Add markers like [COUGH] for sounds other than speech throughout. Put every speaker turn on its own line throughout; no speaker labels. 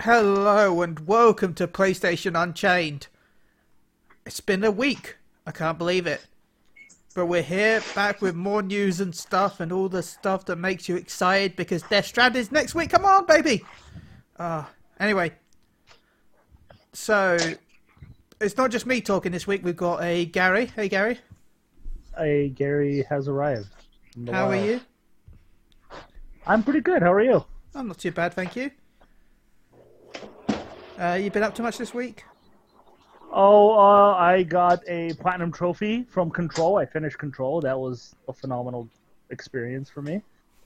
Hello and welcome to PlayStation Unchained. It's been a week. I can't believe it. But we're here back with more news and stuff and all the stuff that makes you excited because Death Strand is next week. Come on, baby. Uh, anyway, so it's not just me talking this week. We've got a Gary. Hey, Gary.
Hey, Gary has arrived. from the
How are
wild.
you?
I'm pretty good. How are you?
I'm not too bad, thank you. Uh, you been up to much this week?
Oh, uh, I got a platinum trophy from Control. I finished Control. That was a phenomenal experience for me.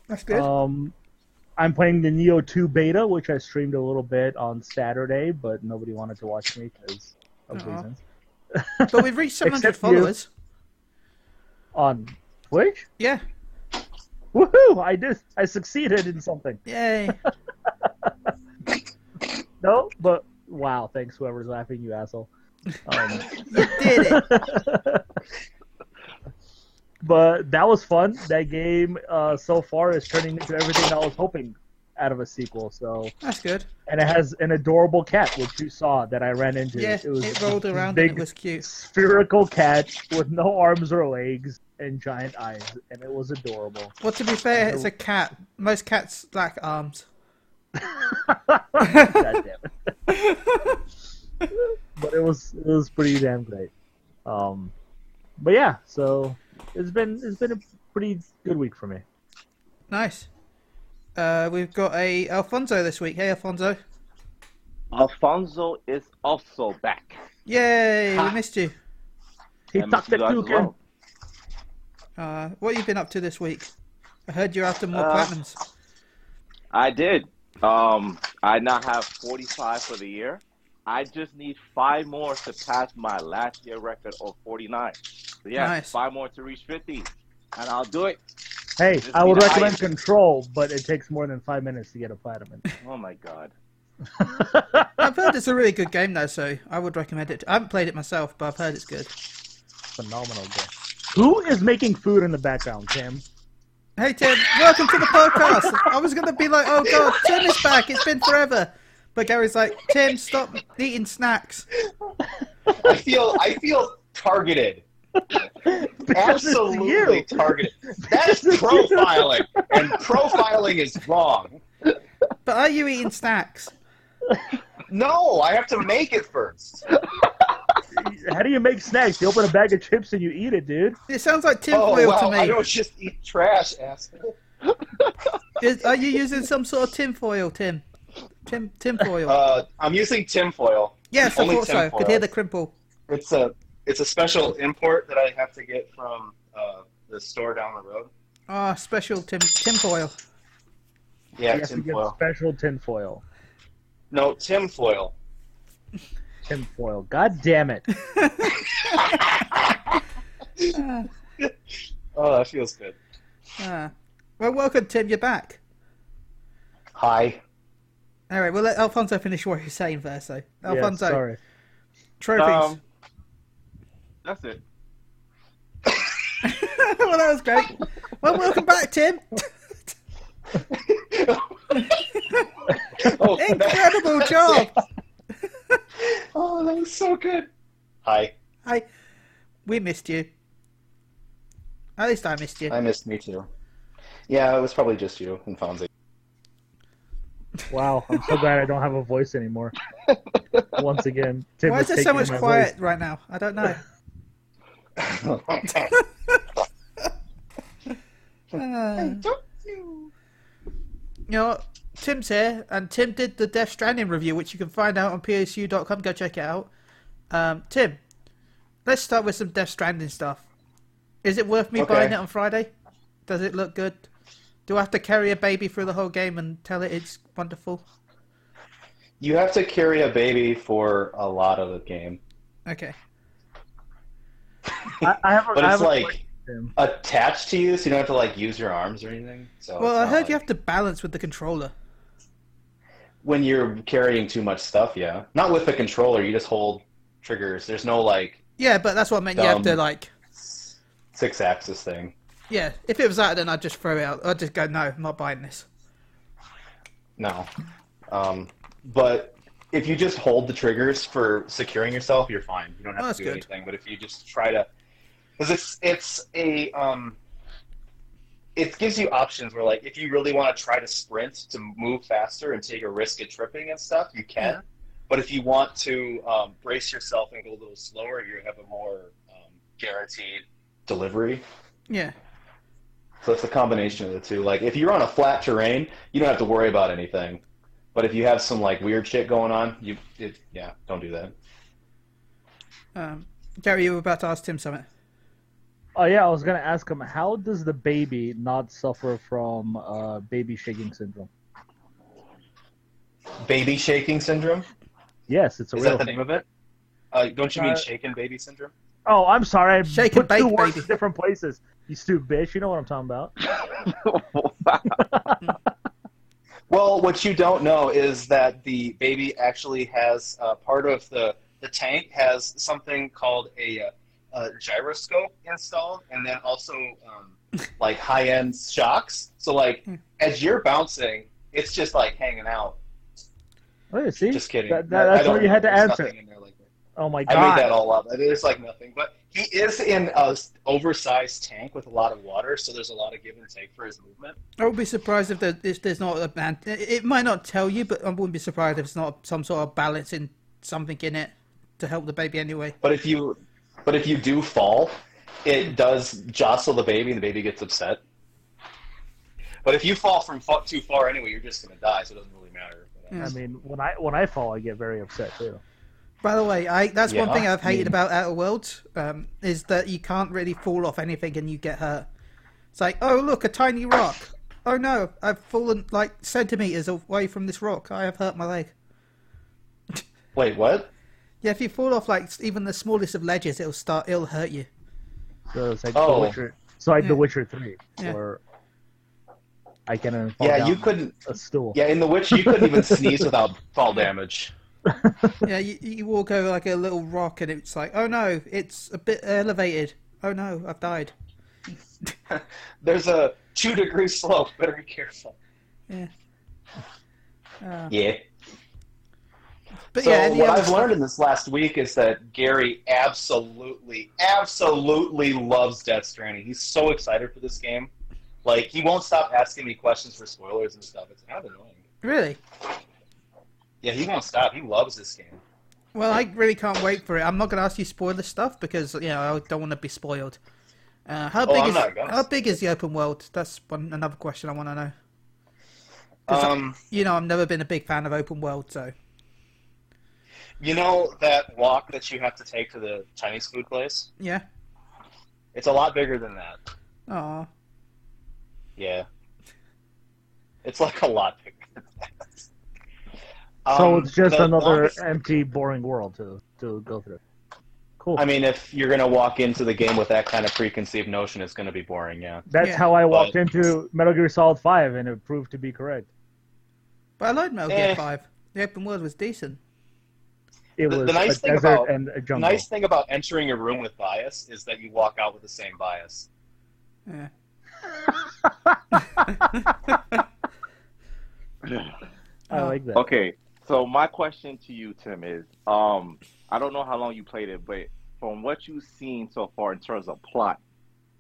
That's good.
Um, I'm playing the Neo 2 beta, which I streamed a little bit on Saturday, but nobody wanted to watch me because of
Aw.
reasons.
but we've reached 700
except you.
followers.
On Twitch?
Yeah.
Woohoo! I did. I succeeded in something.
Yay.
No, but wow! Thanks, whoever's laughing, you asshole.
[LAUGHS]
Um,
you did it.
[LAUGHS] but that was fun. That game uh, so far is turning into everything I was hoping out of a sequel. So,
[LAUGHS] That's good.
and it has an adorable cat, which you saw that I ran into.
Yeah,
it was
it rolled around
big
and it was cute.
spherical cat with no arms or legs and giant eyes, and it
[LAUGHS]
was adorable.
Well, to be fair, it's a cat. Most cats lack arms. [LAUGHS]
God damn it. [LAUGHS] but it was it was pretty damn great. Um, but yeah, so it's been it's been a pretty good week for me.
Nice. Uh, we've got a Alfonso this week. Hey, Alfonso.
Alfonso is also back.
Yay, we
Ha.
missed you.
He
I miss
tucked
you
it
guys
too,
as well.
Uh, what have you been up to this week? I heard you're after more
Uh,
platinums.
I did. Um, I now have 45 for the year. I just need five more to pass my last year record of 49. So yeah,
Nice.
five more to reach 50, and I'll do it.
Hey,
Just
I would
need to
recommend
hide.
Control, but it takes more than five minutes to get a platinum. [LAUGHS]
Oh my god.
I've heard it's a really good game, though, so I would recommend it. I haven't played it myself, but I've heard it's good.
Phenomenal game. Who is making food in the background, Tim? [LAUGHS]
Hey, Tim, welcome to the podcast. I was going to be like, oh,
[LAUGHS]
God, turn this back. It's been forever. But Gary's like, Tim, stop eating snacks.
I feel I feel
[LAUGHS]
targeted.
Because it's
Absolutely
you.
targeted. That's profiling. And profiling is wrong.
But are you eating snacks?
No, I have to make it first.
How do you make snacks? You open a bag of chips and you eat it, dude.
It sounds like tinfoil
Oh wow, I
to me.
don't just eat trash, asshole.
Is, are you using some sort of tinfoil, Tim? Tim tinfoil.
Uh, I'm using tinfoil.
yes, of
only
course. I
tinfoil.
could hear the crimple.
It's a it's a special import that I have to get from uh, the store down the road.
Ah, special tim tinfoil.
Yeah,
You have to get
tinfoil.
special tinfoil.
No, tinfoil.
Tinfoil. God
[LAUGHS]
damn it.
Ah,
Oh, that feels good.
ah. Well, welcome, Tim. You're back.
Hi. [LAUGHS]
All right, we'll let Alfonso finish what he's saying first, though.
Yeah,
Alfonso,
sorry.
trophies.
Um, That's it.
[LAUGHS] well, that was great. Well, welcome back, Tim.
Oh, that,
Incredible job.
oh, that was so good. Hi.
I, we missed you. At least I missed you.
I missed me too. Yeah, it was probably just you and [LAUGHS] Fonzie.
Wow, I'm so glad I don't have a voice anymore.
[LAUGHS]
Once again, Tim
Why is
is
there so
taking
much
my
quiet right now? I don't know. Ah. you know, Tim's here, and Tim did the Death Stranding review, which you can find out on psu.com. Go check it out. Um, Tim, let's start with some Death Stranding stuff. Is it worth me
Okay.
buying it on Friday? Does it look good? Do I have to carry a baby through the whole game and tell it it's wonderful?
you have to carry a baby for a lot of the game,
Okay.
voice. I, I have a,
but
I have
it's
a
like
question.
attached to you, so you don't have to like use your arms or anything. So
well,
it's
I
not
heard
like-
you have to balance with the controller.
when you're carrying too much stuff. Yeah, not with the controller. You just hold triggers. There's no like
Yeah, but that's what I meant. You have to
Dumb.
like.
six axis thing.
Yeah, if it was that, then I'd just throw it out. I'd just go, no, I'm not buying this.
No. Um, But if you just hold the triggers for securing yourself, you're fine. You don't have
Oh, that's
to do
good.
anything. But if you just try to, because it's it's a um, it gives you options where like if you really want to try to sprint to move faster and take a risk at tripping and stuff, you can.
Yeah.
But if you want to um, brace yourself and go a little slower, you have a more um, guaranteed delivery.
Yeah.
So it's a combination of the two. Like if you're on a flat terrain, you don't have to worry about anything. But if you have some like weird shit going on, you it, yeah, don't do that.
Um, Gary, you were about to ask Tim something.
Oh yeah, I was gonna ask him how does the baby not suffer from uh, baby shaking syndrome?
Baby shaking syndrome?
Yes, it's a
Is
real.
that the name of it? Uh, don't you mean
Uh,
shaken baby syndrome?
Oh, I'm sorry. I
Shake
put
and bake,
two words
baby.
in different places. You stupid bitch. You know what I'm talking about.
Well, what you don't know is that the baby actually has uh, part of the the tank has something called a, uh, a gyroscope installed, and then also [LAUGHS] um, like high end shocks. So like as you're bouncing, it's just like hanging out.
Oh, yeah, see,
Just kidding.
That-
I
that- that's
don't-
what you had to
there's
answer.
nothing in there like that.
Oh my
I
god.
made that all up. There's like nothing, but he is in a s- oversized tank with a lot of water, so there's a lot of give and take for his movement.
I would be surprised if, there, if there's not a man. It it might not tell you, but I wouldn't be surprised if it's not some sort of balance in something in it to help the baby anyway.
But if you, but if you do fall, it does jostle the baby, and the baby gets upset. But if you fall from fa- too far anyway, you're just gonna die, so it doesn't really matter.
I mean, when I when I fall, I get very upset too.
By the way, I that's one
Yeah,
thing I've hated
yeah.
about Outer Worlds um, is that you can't really fall off anything and you get hurt. It's like, oh look, a tiny rock. Oh no, I've fallen like centimeters away from this rock. I have hurt my leg.
Wait, what?
Yeah, if you fall off like s- even the smallest of ledges, it'll start. It'll hurt
[LAUGHS]
you.
So it's like
Oh.
The Witcher. So like The
Yeah.
Witcher Three,
Yeah.
where I can uh, fall
Yeah,
down
you couldn't.
a stool.
Yeah, in the witch, you couldn't even sneeze without fall damage.
yeah, you, you walk over like a little rock and it's like, oh no, it's a bit elevated. Oh no, I've died.
There's a two degree slope. Better be careful.
Yeah. Uh,
Yeah.
but
so
yeah, any
what
other
I've
stuff-
learned in this last week is that Gary absolutely, absolutely loves Death Stranding. He's so excited for this game. Like he won't stop asking me questions for spoilers and stuff. It's kind of annoying.
really.
Yeah, he won't stop. He loves this game.
Well, I really can't wait for it. I'm not going to ask you spoiler stuff because you know I don't want to be spoiled. Uh, how
Oh,
big
I'm
is
not gonna.
how big is the open world? That's one another question I want to know. 'Cause I-
Um,
You know, I've never been a big fan of open world, so
you know that walk that you have to take to the Chinese food place?
yeah.
It's a lot bigger than that.
Oh,
Yeah, it's like a lot bigger. Than that.
So
Um,
it's just
the
another
longest-
empty, boring world to to go through. Cool.
I mean, if you're gonna walk into the game with that kind of preconceived notion, it's gonna be boring. Yeah.
That's
yeah.
how I walked
But-
into Metal Gear Solid Five, and it proved to be correct.
but I liked Metal Gear
Eh.
Five. The open world was decent.
It
The-
was
the nice
a
thing
desert
about-
and a
The
jungle.
nice thing about entering a room with bias is that you walk out with the same bias.
Yeah.
I
Oh.
like that.
Okay, so my question to you, Tim, is um, I don't know how long you played it, but from what you've seen so far in terms of plot,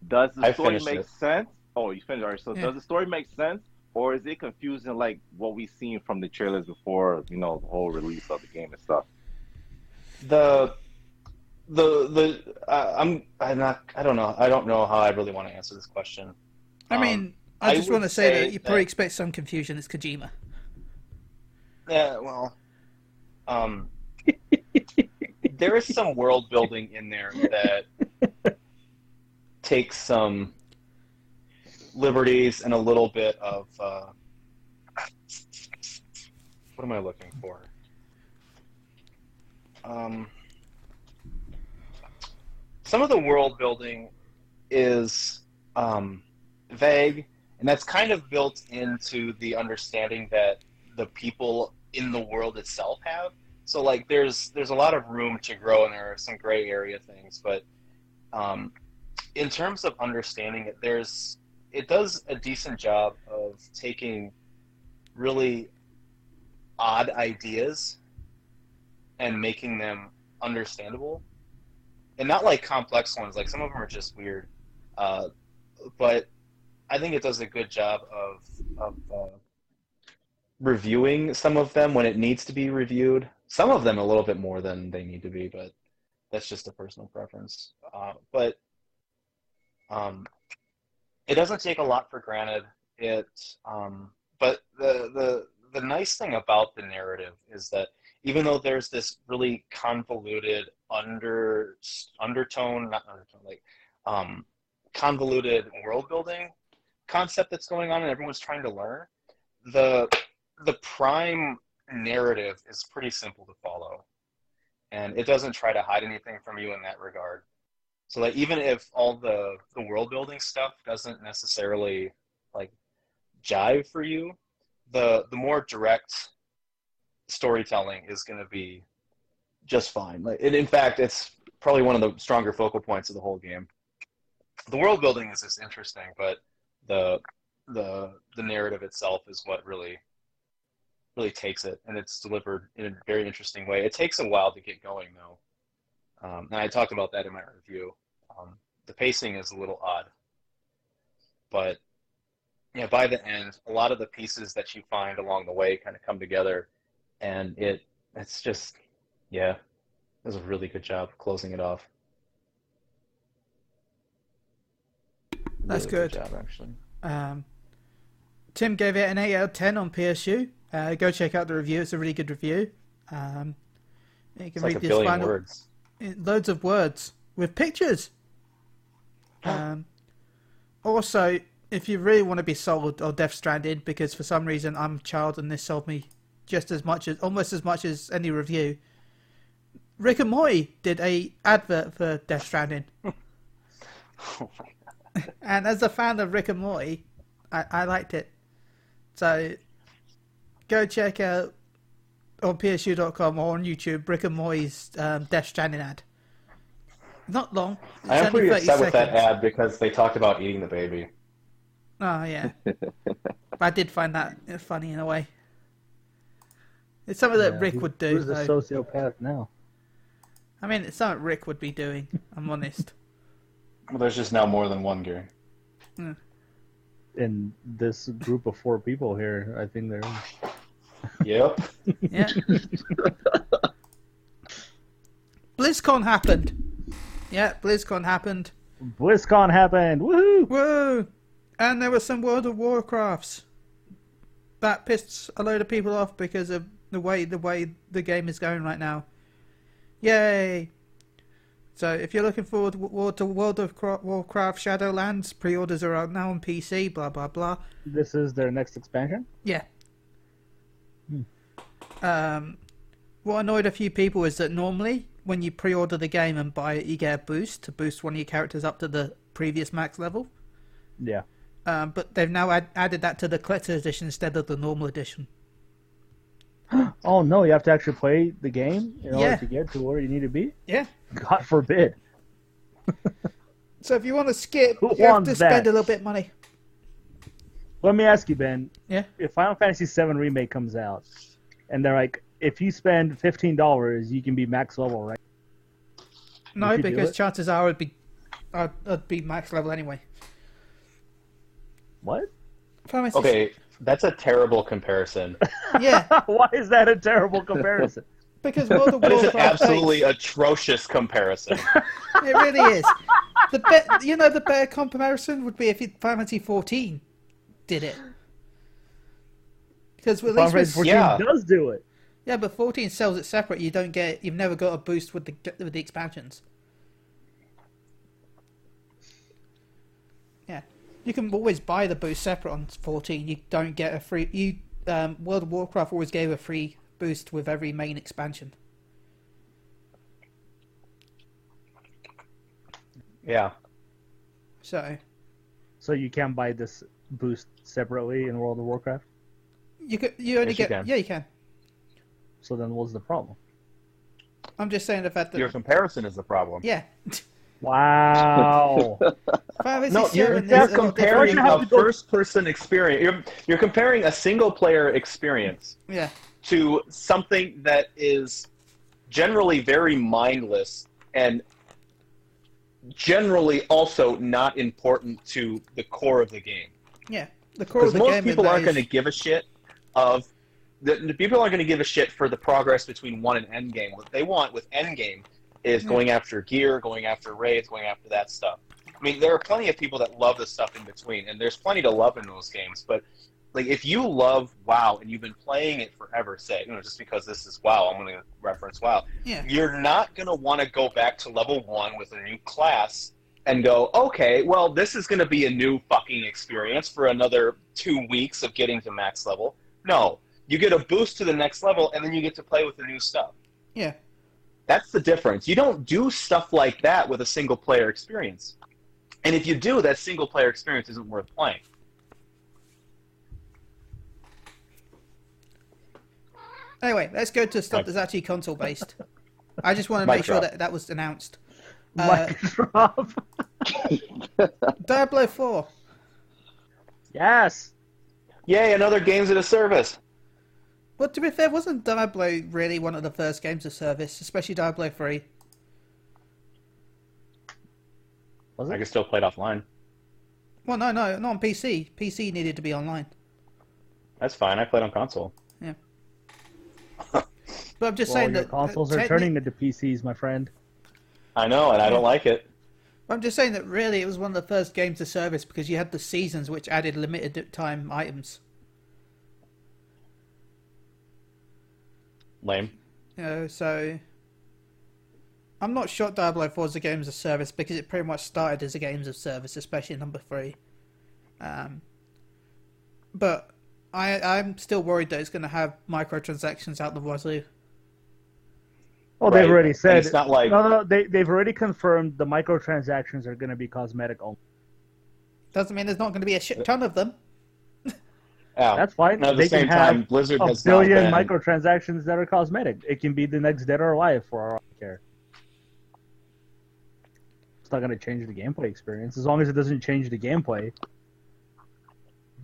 does the
I
story
finished
make
it.
sense? Oh, you finished already. So
Yeah.
does the story make sense, or is it confusing like what we've seen from the trailers before? You know, the whole release of the game and stuff.
The the the uh, I'm I'm not I don't know I don't know how I really want to answer this question.
I
Um,
mean, I
I
just
would
want to say,
say
that you probably
that-
expect some confusion. It's Kojima.
Yeah, well, um, [LAUGHS] there is some world building in there that takes some liberties and a little bit of uh, what am I looking for? Um, some of the world building is um, vague, and that's kind of built into the understanding that the people in the world itself have. So like there's there's a lot of room to grow and there are some gray area things, but um, in terms of understanding it, there's it does a decent job of taking really odd ideas and making them understandable and not like complex ones like some of them are just weird uh, but i think it does a good job of, of uh, reviewing some of them when it needs to be reviewed some of them a little bit more than they need to be but that's just a personal preference uh, but um, it doesn't take a lot for granted it um, but the, the the nice thing about the narrative is that even though there's this really convoluted under undertone, not undertone, like um, convoluted world building concept that's going on, and everyone's trying to learn, the the prime narrative is pretty simple to follow, and it doesn't try to hide anything from you in that regard. So that even if all the the world building stuff doesn't necessarily like jive for you, the the more direct storytelling is going to be just fine. Like, and in fact, it's probably one of the stronger focal points of the whole game. The world building is just interesting, but the the the narrative itself is what really really takes it, and it's delivered in a very interesting way. It takes a while to get going, though, um, and I talked about that in my review. Um, the pacing is a little odd, but yeah, by the end, a lot of the pieces that you find along the way kind of come together, and it it's just yeah, it was a really good job closing it off.
That's
Really
good.
job, actually.
Um, Tim gave it an 8 out of 10 on PSU. Uh, go check out the review. It's a really good review. Um, you can
It's
read
like a
this
billion
final
words.
in loads of words with pictures. Um, also, if you really want to be sold or Death Stranded, because for some reason I'm a child and this sold me just as much as almost as much as any review. Rick and Morty did a advert for Death
[LAUGHS]
Stranding,
Oh
[LAUGHS] and as a fan of Rick and Morty, I, I liked it. So, go check out on PSU.com or on YouTube Rick and Morty's um, Death Stranding ad. Not long. It's
I am
only
pretty
30
upset with that
seconds.
ad because they talked about eating the baby.
Oh yeah, but I did find that funny in a way. It's something that
Yeah,
Rick
who-
would do.
Who's a
Though.
sociopath now?
I mean, it's something Rick would be doing. I'm honest.
[LAUGHS]
Well, there's just now more than one Gary.
In this group of four people here, I think they're.
Yep.
[LAUGHS]
Yeah. BlizzCon happened. Yeah, BlizzCon happened.
BlizzCon happened. Woohoo!
Whoa! And there were some World of Warcrafts. That pissed a load of people off because of the way the way the game is going right now. Yay! So if you're looking forward to Wa- to World of Cra- Warcraft Shadowlands, pre-orders are out now on PC. Blah blah blah.
This is their next expansion.
Yeah. Um, what annoyed a few people is that normally when you pre-order the game and buy it, you get a boost to boost one of your characters up to the previous max level.
Yeah.
Um, but they've now ad- added that to the collector's edition instead of the normal edition.
Oh no, you have to actually play the game in order
Yeah.
to get to where you need to be.
Yeah.
God forbid.
So if you want to skip,
Who
you have
wants
to
that?
spend a little bit of money.
Let me ask you, Ben.
Yeah.
If Final Fantasy VII remake comes out, and they're like, if you spend fifteen dollars, you can be max level, right?
No,
you do
because
it?
chances are it'd be, I'd, I'd be max level anyway.
What?
Final Fantasy-
Okay, that's a terrible comparison.
Yeah,
[LAUGHS] Why is that a terrible comparison?
[LAUGHS]
because World of [LAUGHS]
That is
Warcraft.
an absolutely
[LAUGHS]
atrocious comparison.
It really is. The be- you know the better comparison would be if it- Final Fantasy fourteen did it. Because at
Final
least
Fantasy
with,
fourteen
Yeah.
does do it.
yeah, but fourteen sells it separate. You don't get you've never got a boost with the with the expansions. Yeah, you can always buy the boost separate on fourteen. You don't get a free. You um, World of Warcraft always gave a free boost with every main expansion.
yeah.
So
So you can buy this boost separately in World of Warcraft.
you could you only
Yes, you
get
can.
yeah you can.
So then, what's the problem?
I'm just saying the fact that
Your comparison is the problem.
yeah. [LAUGHS]
[LAUGHS]
Wow.
Uh,
Final Fantasy
No, you're,
VII
you're
is a lot different.
comparing
different. Don't you have
a
to go-
first-person experience. You're, you're comparing a single-player experience
Yeah.
to something that is generally very mindless and generally also not important to the core of the game.
Yeah. The core of
Because
the
most
game
people
is
aren't
that
going to give a shit of the, the people aren't going to give a shit for the progress between one and end game. What they want with end game is
Yeah.
going after gear, going after raids, going after that stuff. I mean, there are plenty of people that love the stuff in between, and there's plenty to love in those games. But like, if you love WoW and you've been playing it forever, say, you know, just because this is WoW, I'm going to reference WoW
Yeah.
you're not going to want to go back to level one with a new class and go, okay, well, this is going to be a new fucking experience for another two weeks of getting to max level. No, you get a boost to the next level and then you get to play with the new stuff.
Yeah.
That's the difference. You don't do stuff like that with a single player experience. And if you do, that single player experience isn't worth playing.
Anyway, let's go to stuff that's actually console based. I just want to
Mic
make sure
drop.
that that was announced. Uh,
Mic drop.
Diablo 4.
[LAUGHS] yes.
Yay, another games at a service.
Well, to be fair, wasn't Diablo really one of the first games of service, especially Diablo 3?
Was
I
it?
can still play it offline.
Well, no, no, not on PC. PC needed to be online.
That's fine. I played on console.
But I'm just
[LAUGHS] Well,
saying
your
that
consoles
uh,
are
techni-
turning into PCs, my friend.
I know, and I don't like it.
I'm just saying that really it was one of the first games of service because you had the seasons which added limited time items.
Lame.
You know, so I'm not sure Diablo 4 is a games of service because it pretty much started as a games of service, especially number three. Um, but I I'm still worried that it's going to have microtransactions out the wazoo.
Well,
Right.
they've already
And
said
it's not like
no, no. They they've already confirmed the microtransactions are going to be cosmetic only.
Doesn't mean there's not going to be a shit ton of them.
Oh.
That's fine.
Now, at
they
the same
can have
time, Blizzard
a
has
billion
not been,
microtransactions that are cosmetic. It can be the next Dead or Alive for all I care. It's not going to change the gameplay experience. As long as it doesn't change the gameplay,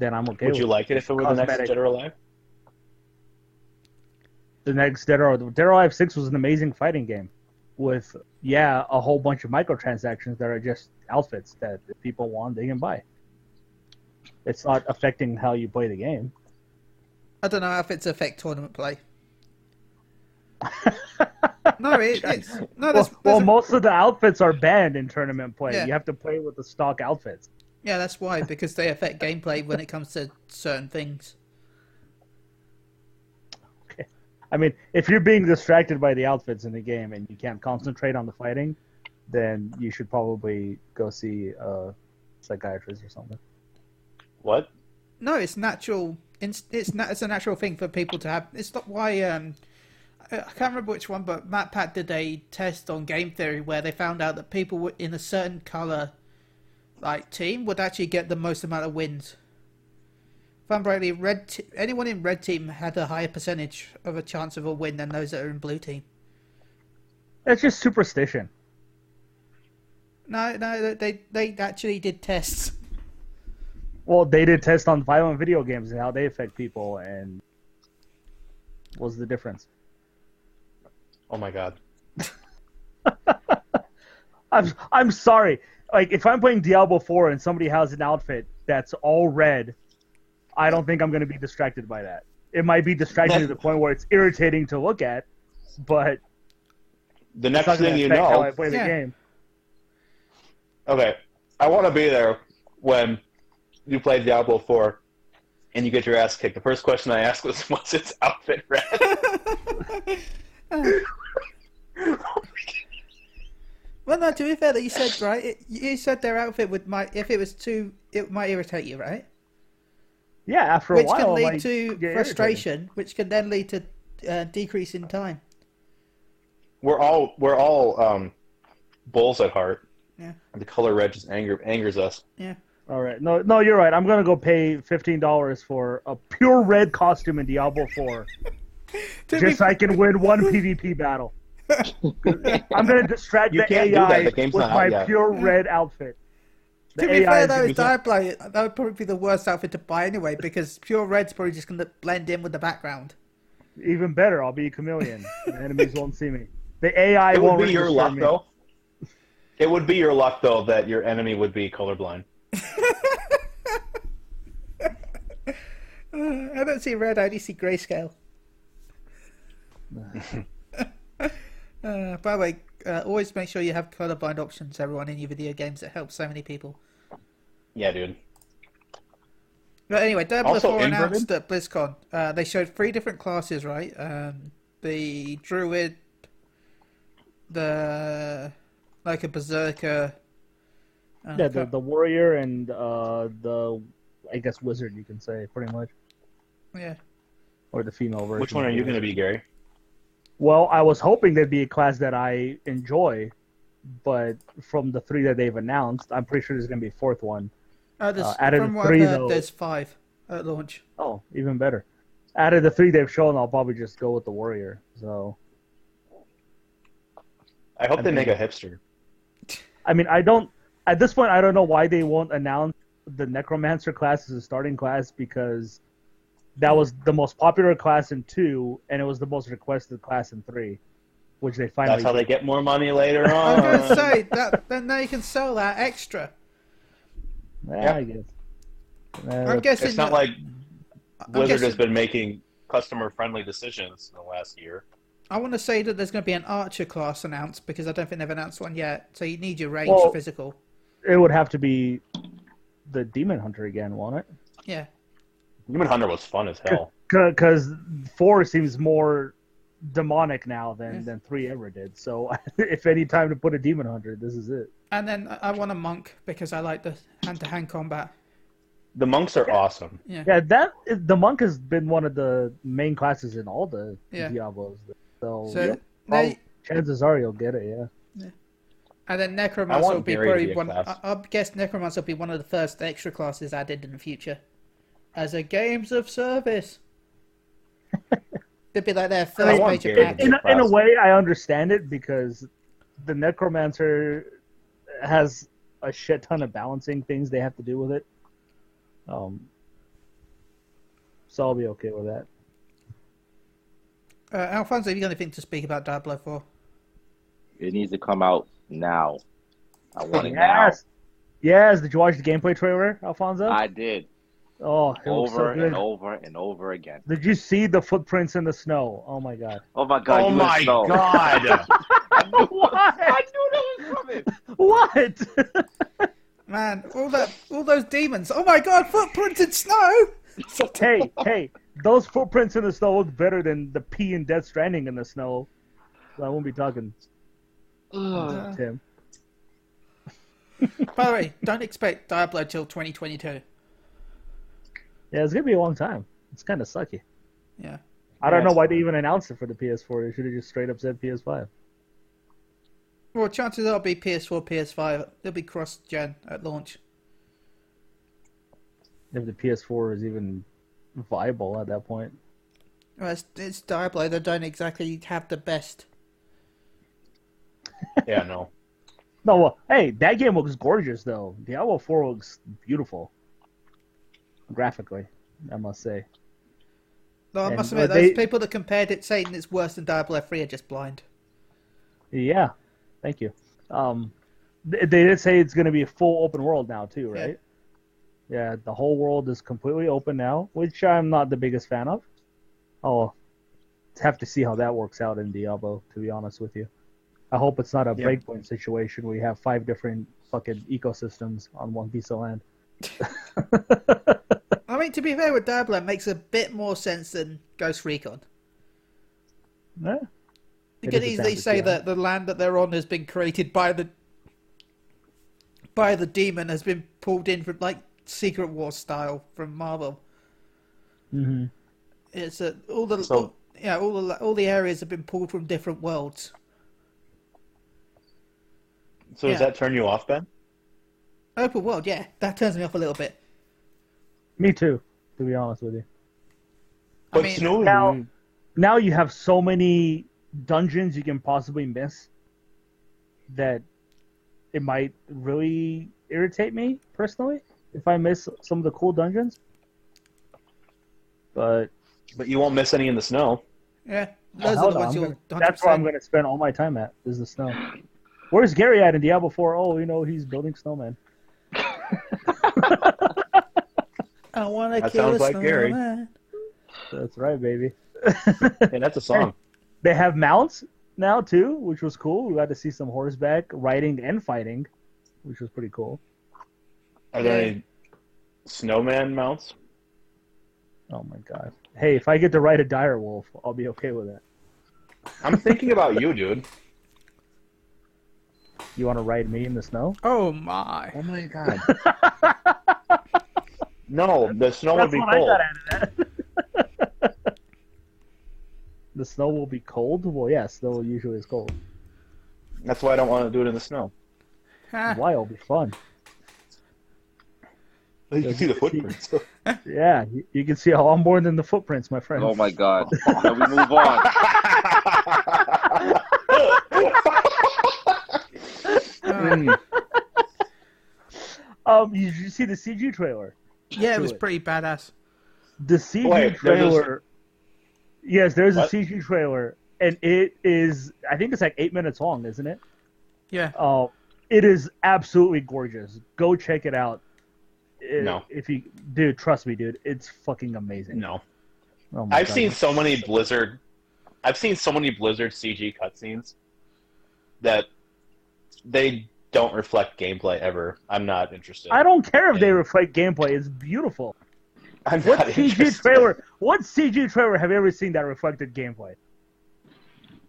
then I'm okay.
Would
with
you
it.
like it if it were the next
Cosmetic.
Dead or Alive?
the next Dead or Dead or Alive Six was an amazing fighting game, with yeah a whole bunch of microtransactions that are just outfits that if people want they can buy. It's not affecting how you play the game.
I don't know if it's affect tournament play. no, it, it's no. That's,
Well,
that's
well,
a-
most of the outfits are banned in tournament play.
Yeah.
You have to play with the stock outfits.
yeah, that's why because they affect gameplay when it comes to certain things.
I mean, if you're being distracted by the outfits in the game and you can't concentrate on the fighting, then you should probably go see a psychiatrist or something.
What?
No, it's natural. It's it's, na- it's a natural thing for people to have. It's not why um, I I can't remember which one, but Matt Pat did a test on game theory where they found out that people were in a certain color, like team, would actually get the most amount of wins. If I'm rightly, red te- anyone in red team had a higher percentage of a chance of a win than those that are in blue team.
That's just superstition.
No, no, they they actually did tests. [LAUGHS]
Well, they did tests on violent video games and how they affect people, and what's the difference?
Oh my god.
I'm I'm sorry. Like if I'm playing Diablo 4 and somebody has an outfit that's all red, I don't think I'm going to be distracted by that. It might be distracting to
[LAUGHS]
the point where it's irritating to look at, but
The
it's not
next
going
thing
to
you
affect how I
know.
play the
Yeah.
game.
Okay, I want to be there when you play Diablo 4 and you get your ass kicked. The first question I asked was, [LAUGHS] "What's its outfit red?"
Well, no. To be fair, that you said right, it, you said their outfit would might if it was too, it might irritate you, right?
Yeah, after a
which
while,
can lead
like,
to
you get irritated.
frustration, which can then lead to uh, decrease in time.
We're all we're all um, bulls at heart.
Yeah.
The color red just anger angers us.
Yeah.
All right, no, no, you're right. I'm going to go pay fifteen dollars for a pure red costume in Diablo
To
4,
be,
[LAUGHS]
just so I can win one PvP battle. I'm gonna distract
You
the
can't do that.
AI
The game's
with
not out
my
yet.
pure red outfit. The
to be
AI
fair,
is
though,
gonna
is Diablo, that would probably be the worst outfit to buy anyway, because pure red's probably just going to blend in with the background.
be even better. I'll be a chameleon. the enemies won't see me. The AI
it
won't
would be your
register
luck,
me.
though. It would be your luck, though, that your enemy would be colorblind.
I don't see red, I only see
[LAUGHS]
grayscale. uh, by the way, uh, always make sure you have colorblind options, everyone, in your video games. It helps so many people.
Yeah, dude.
But anyway, Diablo
Also
4 announced
inverted?
at BlizzCon. Uh, they showed three different classes, right? Um, the druid, the like a berserker. and
Yeah,
I
the,
can't-
the warrior and uh, the I guess wizard you can say pretty much,
yeah.
or the female version.
Which one are you going to be, Gary?
Well, I was hoping there'd be a class that I enjoy, but from the three that they've announced, I'm pretty sure there's going to be a fourth one.
Uh, there's,
Uh, added
from what
three,
I've heard,
though.
there's five at launch.
Oh, even better. Out of the three they've shown, I'll probably just go with the warrior. So,
I hope
I'm
they make a
thinking-
hipster.
I mean, I don't. At this point, I don't know why they won't announce the necromancer class as a starting class because that was the most popular class in two, and it was the most requested class in three, which they finally.
That's how they get more
[LAUGHS]
money later
I
on.
was going to say that then now you can sell that extra.
Yeah, I guess. Uh,
I'm guessing
it's not
that-
like
I'm
Blizzard has
guessing-
been making customer-friendly decisions in the last year.
I want to say that there's going to be an archer class announced because I don't think they've announced one yet. So you need your range
Well-
physical.
it would have to be the demon hunter again, won't it?
Yeah.
Demon Hunter was fun as hell.
because four seems more demonic now than
Yes.
than three ever did. So [LAUGHS] if any time to put a demon hunter, this is it.
And then I I want a monk because I like the hand-to-hand combat.
The monks are awesome.
Yeah, that the monk has been one of the main classes in all the
Yeah.
Diablos.
Oh,
So,
So
yeah,
now,
prob- chances are you'll get it. Yeah,
and then
I
necromancer
want
will be
Gary to be
probably
a
one. I,
class.
I guess necromancer will be one of the first extra classes added in the future, as a games of service. It'd be like
[LAUGHS]
their first
want
major
Gary to
patch.
be
in a, in a
class.
way, I understand it because the necromancer has a shit ton of balancing things they have to do with it. Um, so I'll be okay with that.
Uh, Alfonso, have you got anything to speak about Diablo 4?
It needs to come out now. I want it
Yes. Yes, did you watch the gameplay trailer, Alfonso?
now. I did
oh, it looks
over
so good.
and over and over again.
Did you see the footprints in the snow? Oh my
[LAUGHS]
god.
Oh my god! you and Snow.
[LAUGHS] god!
I knew,
What?
I knew that was coming.
What? [LAUGHS]
Man, all that, all those demons! Oh my God, footprints in snow!
hey, hey, those footprints in the snow look better than the pee in Death Stranding in the snow. So I won't be talking
Uh,
to him.
by the way, don't expect Diablo till 2022.
Yeah, it's gonna be a long time. It's kind of sucky.
Yeah.
I don't
Yeah,
know
it's
why they
fine.
even announced it for the PS4. They should have just straight up said PS5.
Well, chances are it'll be PS4, PS5. It'll be cross-gen at launch.
If the PS4 is even viable at that point.
Well, it's, it's Diablo. They don't exactly have the best.
yeah, no.
No, well, hey, that game looks gorgeous though. Diablo Four looks beautiful graphically, I must say.
No, I
And,
must
uh,
admit, those
they-
people that compared it saying it's worse than Diablo 3 are just blind.
Yeah, thank you. Um, th- they did say it's going to be a full open world now too,
Yeah.
right? Yeah. the whole world is completely open now, which I'm not the biggest fan of. I'll have to see how that works out in Diablo. To be honest with you, I hope it's not a
Yeah.
breakpoint situation where you have five different fucking ecosystems on one piece of land.
I mean, to be fair with Diablo, it makes a bit more sense than Ghost Recon.
Eh,
You
It
could
is a
easily
fantasy,
say
yeah.
that the land that they're on has been created by the by the demon has been pulled in from like Secret War style from Marvel.
Mhm.
It's a, all the
So-
yeah all the all the areas have been pulled from different worlds.
So does
Yeah.
that turn you off, Ben?
Open world, yeah, that turns me off a little bit.
Me too, to be honest with you.
I
But
mean,
Snow
now- Now you have so many dungeons you can possibly miss that it might really irritate me personally if I miss some of the cool dungeons. But
But you won't miss any in the snow.
Yeah, those
hell
are the
no,
ones
I'm
you'll.
that's where
100%
I'm going to spend all my time at is the snow. Where's Gary at in Diablo 4? Oh, you know he's building snowmen.
I want to
That
kill a
sounds like Gary.
snowman.
That's right, baby.
And that's a song.
They have mounts now too, which was cool. We got to see some horseback riding and fighting, which was pretty cool.
Are there any snowman mounts?
Oh my god! Hey, if I get to ride a dire wolf, I'll be okay with that.
I'm thinking about you, dude.
You want to ride me in the snow?
Oh my!
Oh my god. no, the snow
That's
would be
what I
cold.
got out of that. [LAUGHS] the snow will be cold. Well, yeah, snow usually is cold.
That's why I don't want to do it in the snow.
Ha.
Why? It'll be fun.
[LAUGHS] You can see the footprints.
Yeah, you, you can see a lot more than the footprints, my friend.
[LAUGHS] Oh my god. Can we move on?
Mm.
Um, you, you see the CG trailer.
Yeah, it was
it.
pretty badass.
The CG
Wait, there's a-
trailer. Yes, there's
What?
a CG trailer, and it is. I think it's like eight minutes long, isn't it?
Yeah,
Uh, it is absolutely gorgeous. Go check it out. I-
No.
if you, dude, trust me, dude, it's fucking amazing.
no.
Oh my
I've
God.
seen so many Blizzard. I've seen so many Blizzard CG cutscenes that they don't reflect gameplay ever. I'm not interested.
I don't care if they
Yeah.
reflect gameplay. It's beautiful.
I'm
What
[LAUGHS] not interested.
CG trailer? What CG trailer have you ever seen that reflected gameplay?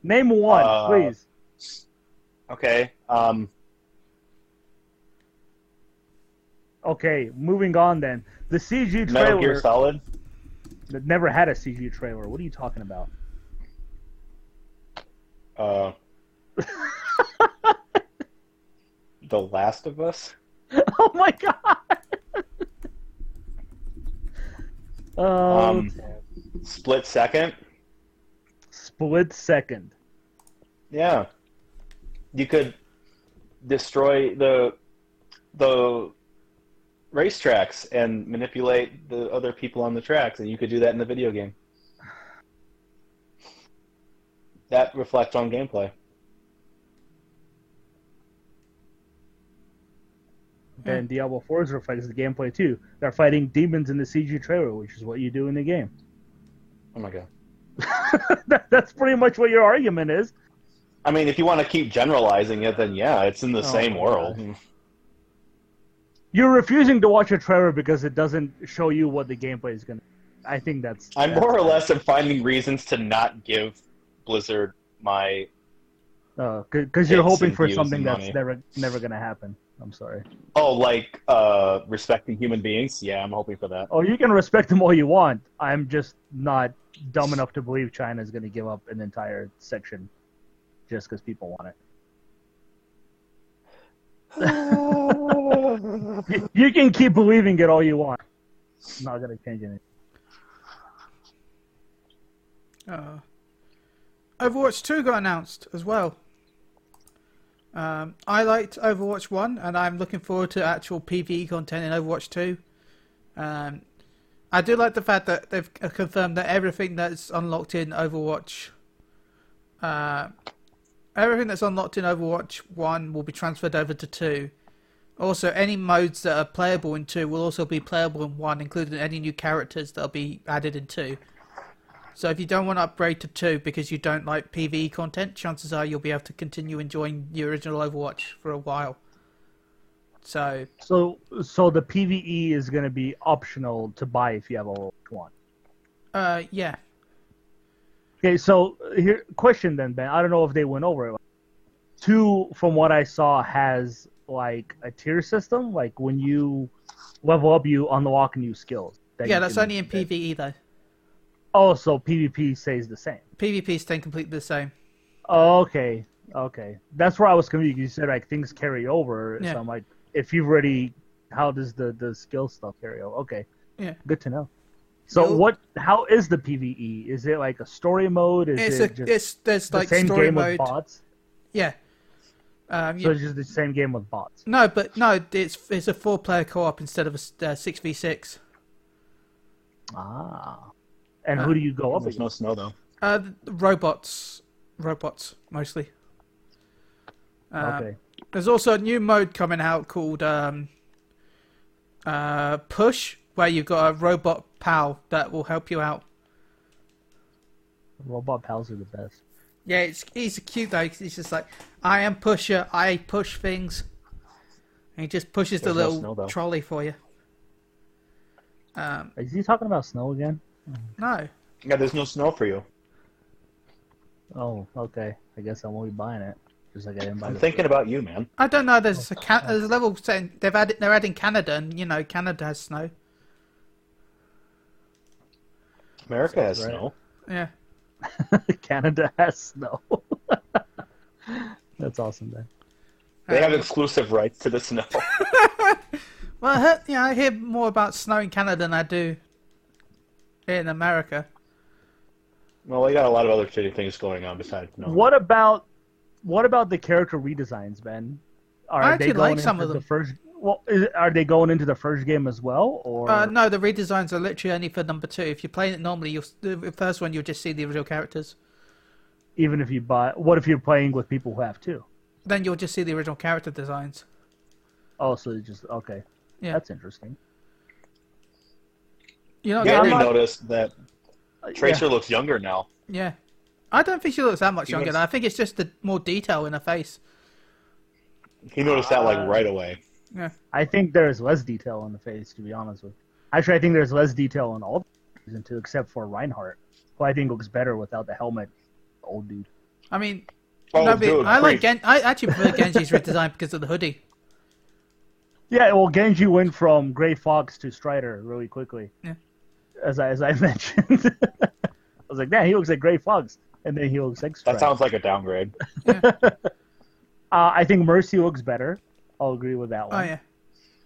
Name one,
Uh,
please.
Okay. Um.
Okay, moving on then. The CG
Metal
trailer
Gear Solid.
that never had a CG trailer. What are you talking about? [LAUGHS]
Uh. the Last of Us.
Oh my god. Oh,
Um, Split Second.
split second.
Yeah. You could destroy the the racetracks and manipulate the other people on the tracks, and you could do that in the video game. That reflects on gameplay.
And Diablo 4 is reflects the gameplay too. They're fighting demons in the CG trailer, which is what you do in the game. [LAUGHS]
Oh my god.
That- That's pretty much what your argument is.
I mean, if you want to keep generalizing it, then yeah, it's in the
Oh
same
my
[LAUGHS] world.
You're refusing to watch a trailer because it doesn't show you what the gameplay is going to I think that's.
I
that's-
more or less am finding reasons to not give Blizzard my
because Uh, you're
Hits
hoping
and
for
views
something
and
that's
money.
never never gonna happen. I'm sorry.
oh like uh respecting human beings. Yeah, I'm hoping for that.
Oh, you can respect them all you want. I'm just not dumb enough to believe China's gonna give up an entire section just because people want it. You- [LAUGHS] you can keep believing it all you want. It's not gonna change anything.
Uh, Overwatch 2 got announced as well. Um, I liked Overwatch 1, and I'm looking forward to actual PvE content in Overwatch 2. Um, I do like the fact that they've c- confirmed that everything that's unlocked in Overwatch, uh, everything that's unlocked in Overwatch 1 will be transferred over to 2. Also, any modes that are playable in 2 will also be playable in 1, including any new characters that'll be added in 2. So if you don't want to upgrade to two because you don't like PVE content, chances are you'll be able to continue enjoying the original Overwatch for a while. So
So, so the PVE is gonna be optional to buy if you have a one.
uh yeah.
Okay, so uh, here question then, Ben. I don't know if they went over it. Two, from what I saw, has like a tier system. Like when you level up, you unlock new skills. that
Yeah,
you
that's E
can-
only in PvE though.
Oh, so PvP stays the same.
PvP staying completely the same.
Okay, okay. That's where I was confused. You said like things carry over,
Yeah.
so I'm like, if you've already, how does the the skill stuff carry over? Okay,
Yeah.
good to know. So
You'll-
what? How is the PVE? Is it like a story mode? Is
It's
it
a,
just
it's there's
the
like
same
story
game
mode.
with bots?
Yeah. Um,
So
you,
it's just the same game with bots.
no, but no, it's it's a four player co op instead of a uh, six v six.
Ah. And who do you go up
There's
against?
no snow though.
Uh, th- robots, robots mostly. Uh,
okay.
There's also a new mode coming out called um, uh, Push, where you've got a robot pal that will help you out.
Robot pals are the best.
Yeah, it's he's cute though. 'cause he's just like, I am pusher. I push things. And he just pushes the
There's no
little
snow, though.
trolley for you. Um,
Is he talking about snow again?
no,
Yeah, there's no snow for you.
Oh, okay. I guess I won't be buying it. Just like I didn't buy
I'm
the-
thinking about you, man.
I don't know. There's a ca- there's a level saying they've added they're adding Canada, and you know Canada has snow.
America has
Right.
snow.
Yeah,
[LAUGHS] Canada has snow. [LAUGHS] That's awesome, man.
They have exclusive rights to the snow. [LAUGHS]
Well, I heard, yeah, I hear more about snow in Canada than I do in America.
well, they got a lot of other shitty things going on besides snow.
What about what about the character redesigns, Ben? Are
I actually like
into
some of
the
them.
first? Well, is, are they going into the first game as well, or
Uh, no, the redesigns are literally only for number two. If you're playing it normally, you'll the first one you'll just see the original characters.
even if you buy? What if you're playing with people who have two?
Then you'll just see the original character designs.
Oh, so it's just okay.
Yeah.
that's interesting.
You know,
You
yeah,
ever
yeah.
noticed that
Uh,
Tracer
yeah.
looks younger now?
I don't think she looks that much
She
younger.
looks-
though. I think it's just the more detail in her face.
He noticed that like
Uh,
right away.
I think there's less detail on the face, to be honest with. you. Actually, I think there's less detail on all season two, except for Reinhardt, who I think looks better without the helmet. Old dude.
I mean,
Oh,
no, but
dude,
I like
great.
Gen- I actually prefer Genji's redesign because of the
[LAUGHS]
hoodie.
Yeah, well, Genji went from Gray Fox to Strider really quickly.
Yeah.
As I, as I [LAUGHS] mentioned, I was like, "Nah, he looks like Gray Fox," and then he looks like Strider.
That sounds like a downgrade.
uh, I think Mercy looks better. I'll agree with that
Oh
one.
yeah,
Um,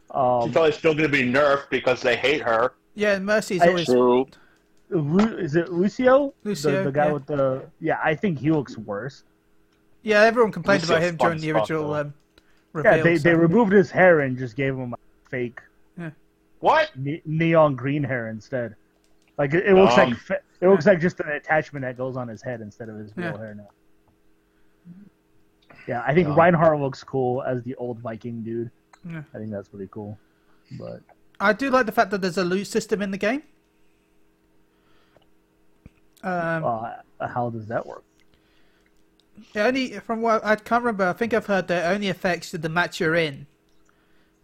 Oh,
She's probably still going to be nerfed because they hate her.
yeah. Mercy's
I-
always
True.
Lu- is it Lucio? The- the,
Lucio,
guy
yeah.
with the yeah. I think he looks worse.
yeah. Everyone complained
Lucio
about him during
spawns
the
fuck,
original
though.
um, reveal.
Yeah, they, they
so-
removed his hair and just gave him a fake
What?
ne- neon green hair instead. Like it, it looks
Um,
like fe- it looks like just an attachment that goes on his head instead of his real
Yeah.
hair now. Yeah, I think
Um,
Reinhardt looks cool as the old Viking dude.
Yeah.
I think that's pretty cool. But
I do like the fact that there's a loot system in the game. Um,
uh, how does that work?
it only from what I can't remember, I think I've heard that it only affects the match you're in.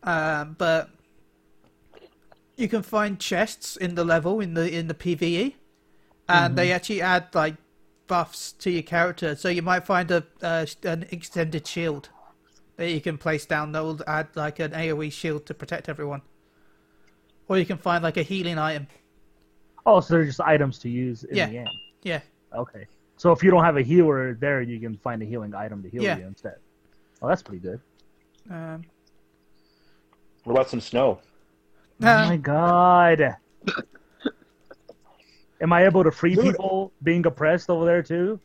Um, but you can find chests in the level in the in the PVE, and they actually add like buffs to your character. So you might find a uh, an extended shield that you can place down that will add like an AOE shield to protect everyone, or you can find like a healing item.
Oh, so they're just items to use in
Yeah.
the game.
Yeah.
Okay. So if you don't have a healer there, you can find a healing item to heal
Yeah.
you instead. Oh, that's pretty good.
Um,
What about some snow?
oh my god. [LAUGHS] Am I able to free
Dude.
people being oppressed over there too?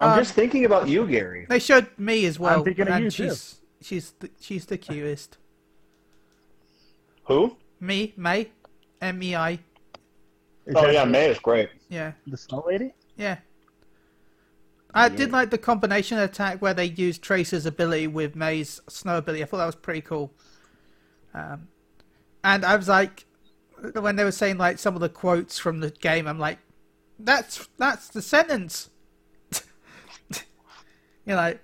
I'm
Um,
just thinking about you, Gary.
They showed me as well,
thinking of
and
you too.
she's she's the, she's the cutest.
Who?
Me, May, M E I.
Is
Oh
that
yeah,
the-
May is great.
Yeah,
the snow lady?
yeah. I did like the combination attack where they used Tracer's ability with May's snow ability. I thought that was pretty cool. Um, and I was like, when they were saying like some of the quotes from the game, I'm like, that's that's the sentence. [LAUGHS] you know, like,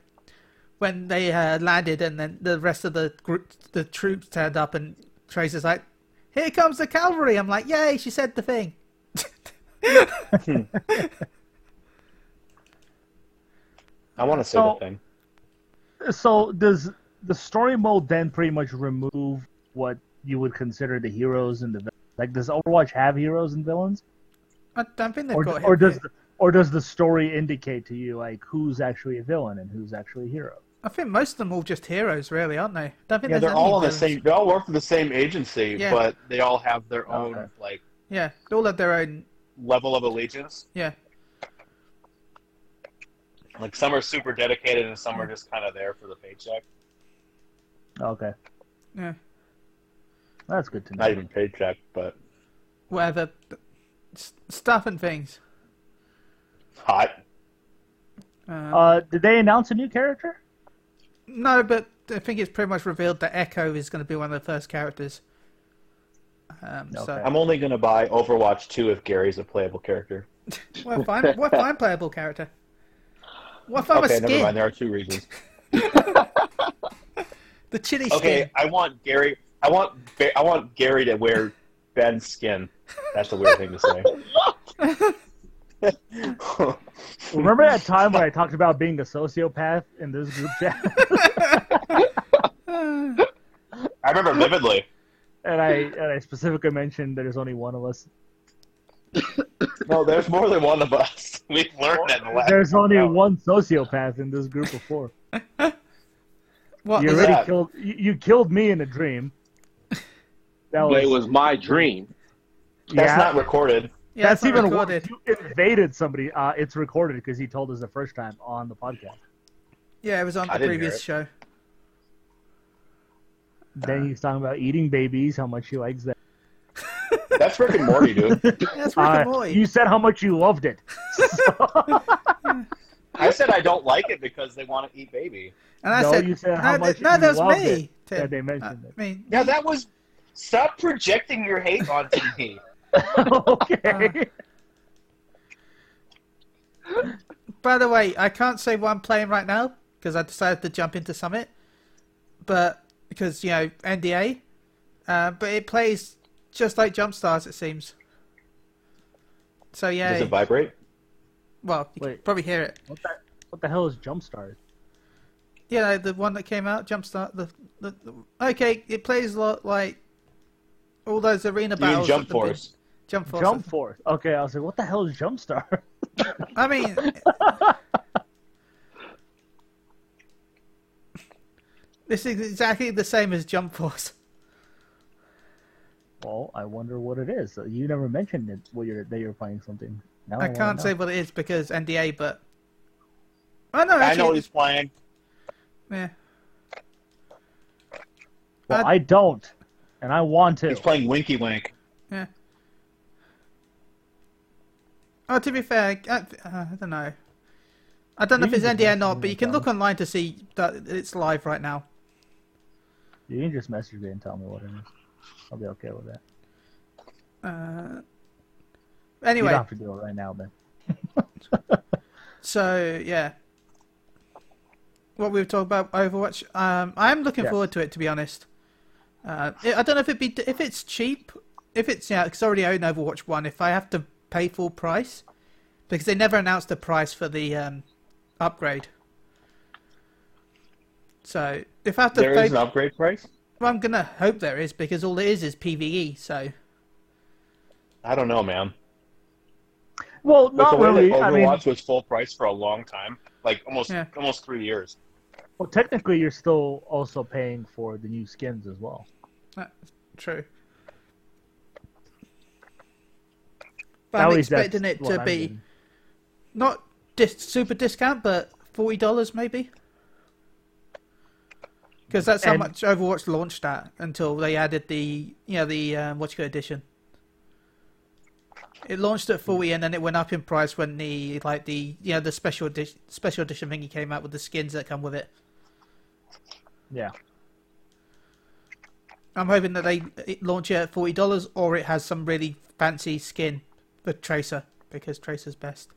when they uh, landed and then the rest of the group, the troops turned up and Tracer's like, here comes the cavalry. I'm like, yay, she said the thing.
I want to say
So-
the thing.
So does the story mode then pretty much remove what you would consider the heroes and the villains? Like does Overwatch have heroes and villains?
I don't think they've
Or,
got him
or does
here.
the, or does the story indicate to you like who's actually a villain and who's actually a hero?
I think most of them all just heroes, really, aren't they? Don't think
Yeah,
there's
they're
any
all on the
villains.
same. They all work for the same agency,
Yeah.
but they all have their own
Okay.
like
Yeah, they all have their own.
level of allegiance.
Yeah,
Like some are super dedicated and some are just kind of there for the paycheck.
Okay,
yeah,
that's good to know.
Not even paycheck, but
whatever. S- stuff and things.
hot.
Uh,
Uh, did they announce a new character?
no, but I think it's pretty much revealed that Echo is going to be one of the first characters. Um,
Okay.
I'm only gonna buy Overwatch 2 if Gary's a playable character.
So, what if I'm, what if I'm playable character? What if I'm
okay,
a [LAUGHS]
never
skin?
mind. There are two reasons.
The chili
Okay,
skin.
I want Gary. I want Ba- I want Gary to wear Ben's skin. That's a weird thing to say.
Remember that time when I talked about being a sociopath in this group chat, [LAUGHS]
Uh,
[LAUGHS] I remember vividly.
and I and I specifically mentioned there's only one of us.
No, there's more than one of us. [LAUGHS] We've learned that in the last.
There's only
hour.
one sociopath in this group of four.
what?
You
is
already
it?
that?
killed. You, you killed me in a dream. That was,
But it was my dream.
That's
yeah.
not recorded.
Yeah, it's
that's
not
even
recorded.
worse. You invaded somebody. Uh, it's recorded because he told us the first time on the podcast.
Yeah, it was on
I
the
didn't hear
previous
it.
show.
Then he's talking about eating babies, how much he likes that.
That's Rick and Morty, dude.
That's Rick and
Uh,
Morty.
you said how much you
[LAUGHS]
loved it. So-
[LAUGHS] I said I don't like it because they want to eat baby.
and I
[LAUGHS] No,
said,
you said
no,
how
th-
much
no,
you
that was
loved
me.
it,
Tim. Uh,
that they mentioned
I
it.
mean,
Yeah, that was. Stop projecting your hate onto [LAUGHS] me.
Uh,
[LAUGHS] okay.
by the way, I can't say what I'm playing right now because I decided to jump into Summit, but because you know NDA, uh, but it plays just like Jumpstars, it seems. So yeah,
Does it vibrate?
well, you can
Wait.
probably hear it.
What, the, what the hell is Jumpstart?
You know the one that came out, Jumpstart. The, the, the- okay, it plays a lot like all those arena
You mean
battles.
Jump
at the big-
Force?
Jump Force.
Jump Force. Okay, I was like, what the hell is Jumpstart? [LAUGHS]
I mean, this is exactly the same as Jump Force.
well, I wonder what it is. You never mentioned it when you're, that you're playing something. Now
I
wanna
can't
Oh, know.
say what it is because NDA, but I know.
I know
Actually,
he's playing.
yeah.
Well, I don't, and I want to.
He's playing Winky Wink.
Yeah. Oh, to be fair, I, uh, I don't know. I don't know if
You
it's
can just
NDA or
message
not,
me
but you
and
can
tell
look online to see that it's live right now.
You can just message me and tell me what it is. I'll be okay with that.
Uh,
You don't
anyway,
have to do it right now, Ben.
so yeah, what we were talking about Overwatch. Um, I'm looking
Yes.
forward to it to be honest. Uh, I I don't know if it be if it's cheap, if it's yeah, because I already own Overwatch One. If I have to pay full price, because they never announced the price for the um, upgrade. So if I have to
There
pay,
is an upgrade price.
well, I'm gonna hope there is because all it is is PVE. So
I don't know, man.
Well,
With the
not
way
really.
that
I
Overwatch
mean,
was full price for a long time, like almost
Yeah.
almost three years.
well, technically, you're still also paying for the new skins as well.
that's true. But
At
I'm
least that's
expecting it
what
to
I'm
be.
getting.
not dis- super discount, but forty dollars maybe. Because that's how
And-
much Overwatch launched at until they added the you know the um, what's good edition. It launched at forty, and then it went up in price when the like the you know the special edition special edition thingy came out with the skins that come with it.
Yeah.
I'm hoping that they it launch it at forty dollars, or it has some really fancy skin for Tracer because Tracer's best.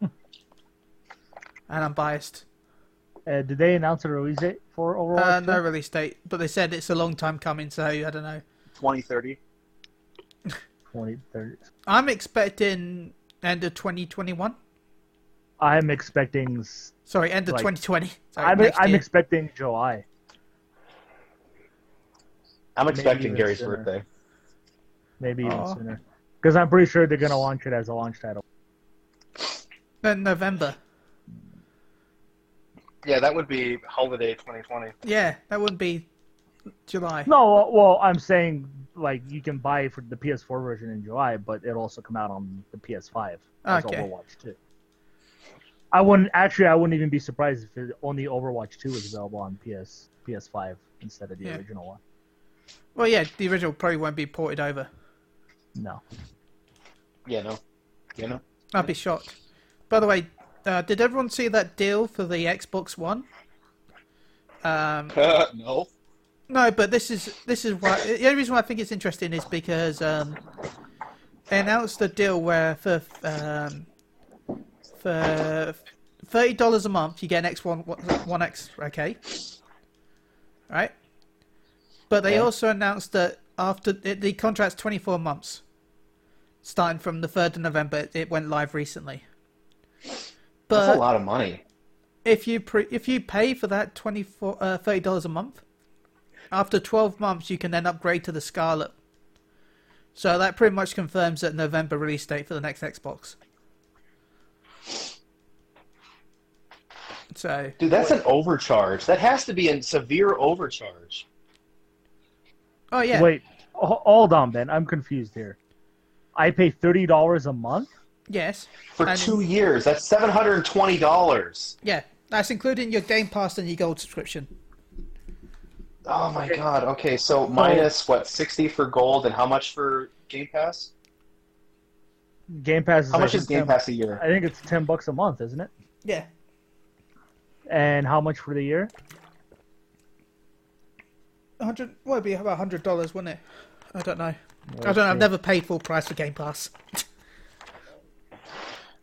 and I'm biased.
Uh, did they announce a release date for Overwatch?
Uh, no
yet?
release date, but they said it's a long time coming, so I don't know.
Twenty thirty.
20, 30.
I'm expecting end of 2021.
I'm expecting. s-
Sorry, end of
Like-
2020. [LAUGHS] Sorry,
I'm,
next
I'm
year.
expecting July.
I'm
Maybe
expecting
even
Gary's
sooner.
birthday.
maybe even
Aw.
sooner. Because I'm pretty sure they're gonna launch it as a launch title.
Then Uh, November.
Yeah, that would be holiday 2020.
Yeah, that wouldn't be July.
No, uh, well, I'm saying like you can buy for the PS4 version in July, but it'll also come out on the PS5 as
Okay.
Overwatch 2. I wouldn't actually. I wouldn't even be surprised if it, only Overwatch 2 is available on PS PS5 instead of the
Yeah.
original one.
Well, yeah, the original probably won't be ported over.
No,
Yeah, no. You know?
I'd be shocked. By the way, uh, did everyone see that deal for the Xbox One? Um,
Uh, [LAUGHS]
no.
No, but this is this is why the only reason why I think it's interesting is because um, they announced a deal where for um, for thirty dollars a month you get an X one one X okay, right? But they
Yeah.
also announced that after the the contract's twenty four months, starting from the third of November, it- it went live recently. But
That's a lot of money.
if you pre- if you pay for that 24 uh, 30 dollars a month after 12 months you can then upgrade to the scarlet so that pretty much confirms that november release date for the next xbox so
Dude, that's an overcharge. That has to be a severe overcharge.
oh yeah
wait, ho- hold on, Ben. I'm confused here. I pay thirty dollars a month.
yes
For
And-
two years, that's seven hundred and twenty dollars.
yeah that's including your game pass and your gold subscription
Oh my god. Okay, so minus what, sixty for gold and how much for Game Pass?
Game Pass. Is
How
I
much
think,
is Game
10
Pass a year?
I think it's ten bucks a month, isn't it?
yeah
And how much for the year?
100 well it'd be about 100 dollars wouldn't it i don't know i
Let's
don't know i've
see.
never paid full price for game pass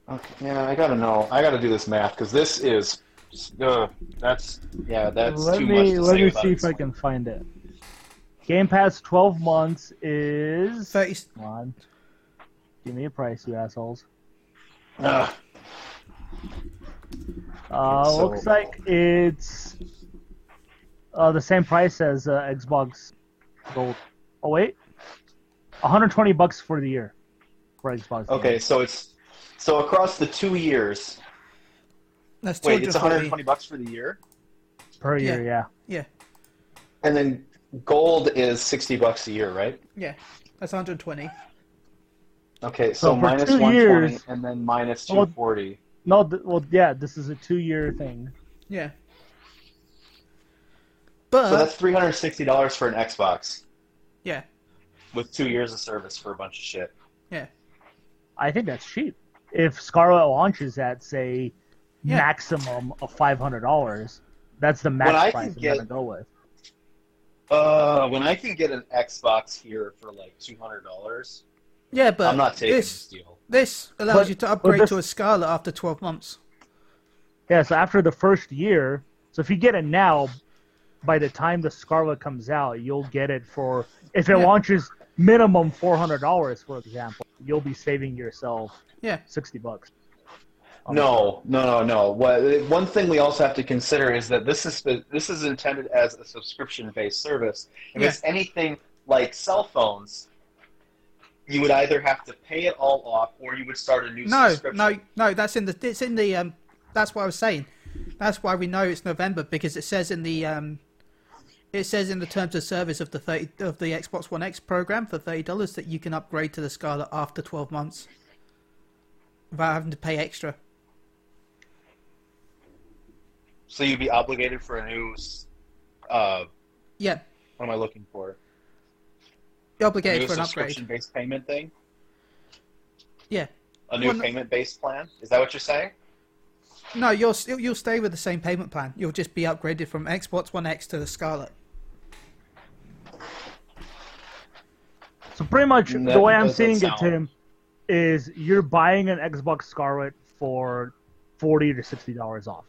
Okay, yeah, I gotta know. I gotta do this math because this is, uh, that's yeah, that's
let
too
me
much to
let
say
me
about
see
this
if I
one.
can find it. Game Pass 12 months is.
30
Come on. Give me a price, you assholes.
Ugh.
Uh,
So-
looks like it's uh, the same price as uh, Xbox Gold. Oh wait, 120 bucks for the year for Xbox. Gold.
Okay, so it's so across the two years.
that's
Wait, it's
240
120 bucks for the year,
per
Yeah.
year, yeah.
yeah
and then gold is 60 bucks a year, right?
yeah that's 120
Okay, so,
So for
minus
two
120
years-
and then minus
Well-
240.
No, th- well, yeah, this is a two-year thing.
Yeah. But
So that's 360 dollars for an Xbox
yeah,
with two years of service for a bunch of shit.
yeah,
I think that's cheap. If Scarlet launches at say
Yeah.
maximum of five hundred dollars, that's the max
What I
price
can
I'm gonna
get-
go with.
Uh, when I can get an Xbox here for like 200 dollars,
yeah. But
I'm not taking this
this
deal.
this allows
But-
you to
but
upgrade
this-
to a Scarlet after twelve months.
Yeah, so after the first year, so if you get it now, by the time the Scarlet comes out, you'll get it for if it
Yeah.
launches minimum four hundred dollars, for example, you'll be saving yourself
Yeah,
sixty bucks. Um, on the
No, no, no, no. What, one thing we also have to consider is that this is this is intended as a subscription-based service. If
Yeah.
it's anything like cell phones, you would either have to pay it all off, or you would start a new
no,
subscription.
no, no. That's in the it's in the um. That's what I was saying. That's why we know it's November because it says in the um. It says in the terms of service of the 30, of the Xbox One X program for thirty dollars that you can upgrade to the Scarlet after twelve months, without having to pay extra.
So you'd be obligated for a new. s- Uh,
Yeah,
what am I looking for?
you're
A
obligated
new
for an upgrade.
subscription-based payment thing.
Yeah,
A new
Well, no-
payment-based plan. Is that what you're saying?
No, you'll still you'll stay with the same payment plan. You'll just be upgraded from Xbox One X to the Scarlet.
So pretty much
That
the way I'm
doesn't
seeing
sound-
it, Tim, is you're buying an Xbox Scarlet for forty to sixty dollars off.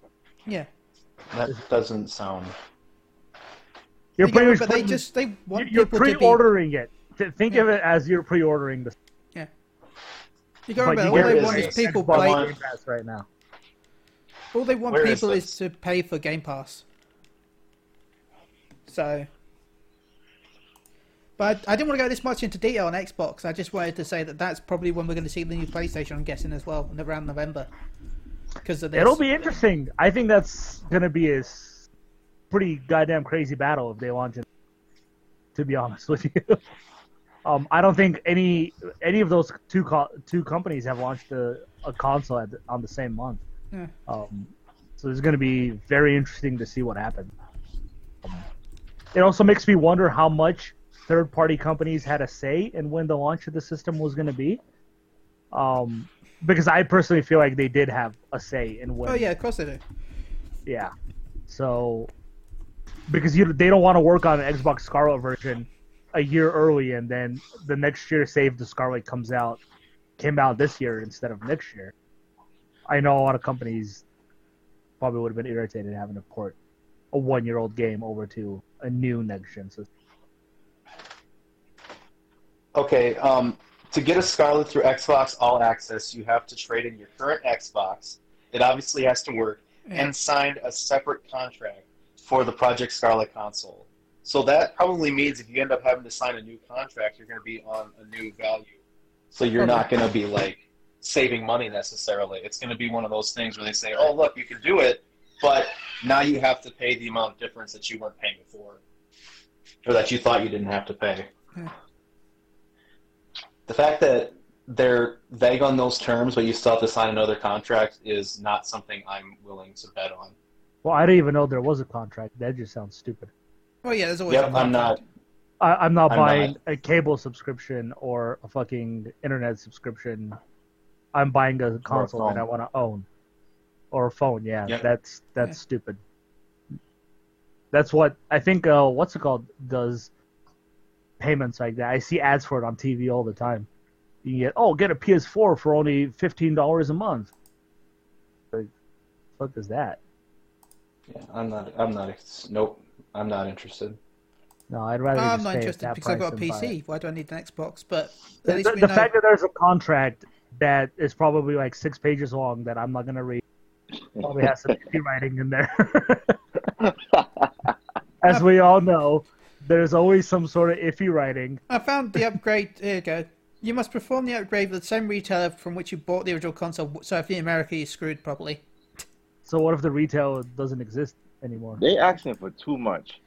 Yeah,
That doesn't sound.
You're
Yeah,
pretty much
but they
putting-
just they want
you're
people to be.
pre-ordering it. Th- Think of
Yeah.
it as you're pre-ordering the
Yeah, you got to remember
But you
get
all they
this
want is
as
people
Xbox
play.
One.
Game Pass right now.
All they want
Where is
people is,
this?
to pay for Game Pass. So, but I didn't want to go this much into detail on Xbox. I just wanted to say that that's probably when we're going to see the new PlayStation. I'm guessing as well, around November. Because of this.
It'll be interesting. I think that's gonna be a s- pretty goddamn crazy battle if they launch it. to be honest with you. [LAUGHS] um, I don't think any any of those two co- two companies have launched a, a console at, on the same month.
Yeah.
Um, so it's going to be very interesting to see what happens. Um, it also makes me wonder how much third party companies had a say in when the launch of the system was going to be. Um, because I personally feel like they did have a say in when
Oh yeah, of course they do.
yeah. So because you they don't want to work on an Xbox Scarlet version a year early and then the next year save the Scarlet comes out came out this year instead of next year. I know a lot of companies probably would have been irritated having to port a one year old game over to a new next gen system.
Okay, um, to get a Scarlet through Xbox All Access, you have to trade in your current Xbox. It obviously has to work, and sign a separate contract for the Project Scarlet console. So that probably means if you end up having to sign a new contract, you're going to be on a new value. So you're not going to be like saving money necessarily. It's going to be one of those things where they say, "Oh, look, you can do it, but now you have to pay the amount of difference that you weren't paying before, or that you thought you didn't have to pay."
Yeah.
The fact that they're vague on those terms, but you still have to sign another contract is not something I'm willing to bet on.
Well, I didn't even know there was a contract. That just sounds stupid.
Well, Oh, yeah, there's always.
Yep,
some
I'm not.
contract.
I, I'm not
I'm
buying a cable subscription or a fucking internet subscription. I'm buying a console that I
phone.
want to own, or a phone. Yeah,
Yep.
that's that's
Yeah.
stupid. That's what I think. Uh, what's it called? Does payments like that? I see ads for it on TV all the time. You can get oh, get a PS4 for only fifteen dollars a month. Like, fuck is that?
Yeah, I'm not. I'm not. Nope. I'm not interested.
No, I'd rather.
I'm
just
not
pay
interested
that
because I've
price
got a
and buy it.
PC. Why do I need an Xbox? But at least
the,
we
the
know.
fact that there's a contract that is probably like six pages long that I'm not gonna
[LAUGHS]
read probably has some shitty writing in there.
[LAUGHS]
[LAUGHS] As we all know, there's always some sort of iffy writing.
I found the upgrade. Here you go. You must perform the upgrade with the same retailer from which you bought the original console. So if you're in America, you're screwed probably.
So what if the retail doesn't exist anymore?
They asking for too much.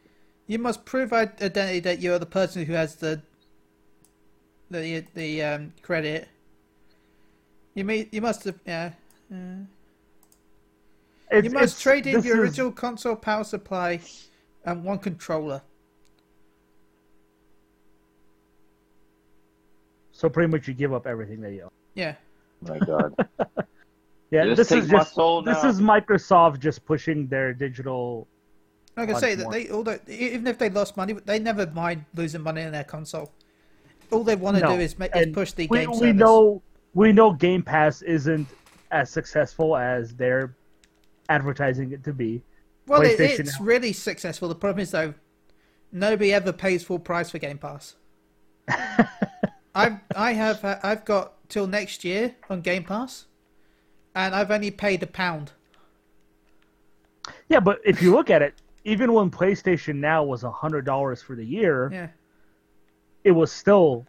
You must prove id- identity that you are the person who has the the the um, credit. You may you must have yeah.
It's-
You must
it's-
trade in
this
your
is-
original console power supply and one controller.
So pretty much you give up everything that you own.
Yeah.
My [LAUGHS] God.
Yeah,
Just
this
take
is
my
just
soul
this
now.
is Microsoft just pushing their digital.
Like I
Much
say, that
more.
they although e, even if they lost money, they never mind losing money on their console. All they want to
No,
do is make is
and
push the
we,
game
we
service.
know we know Game Pass isn't as successful as they're advertising it to be.
well, it,
PlayStation
it's
now.
really successful. The problem is though, nobody ever pays full price for Game
[LAUGHS]
Pass. I've I have uh, I've got till next year on Game Pass, and I've only paid a pound.
Yeah, but if you look at it, even when PlayStation Now was hundred dollars for the year,
Yeah.
it was still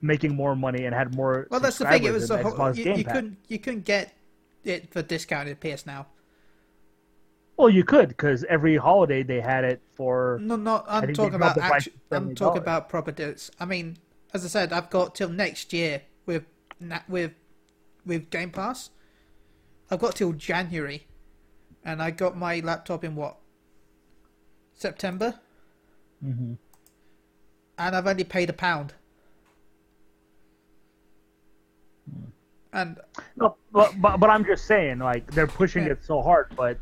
making more money and had more.
Well, that's the thing. It
subscribers
was a
than
whole,
Xbox
you,
Game
you
Pass.
couldn't you couldn't get it for discounted PS now.
Well, you could because every holiday they had it for.
No, no, I'm
think
talking
they dropped
about
the price
actu- I'm
to
talking
$70.
about proper deals. I mean, as I said, I've got till next year with na- with with Game Pass. I've got till January, and I got my laptop in what September, mm-hmm. and I've only paid a pound.
Hmm.
And
No, but, but but I'm just saying, like they're pushing
Yeah.
it so hard, but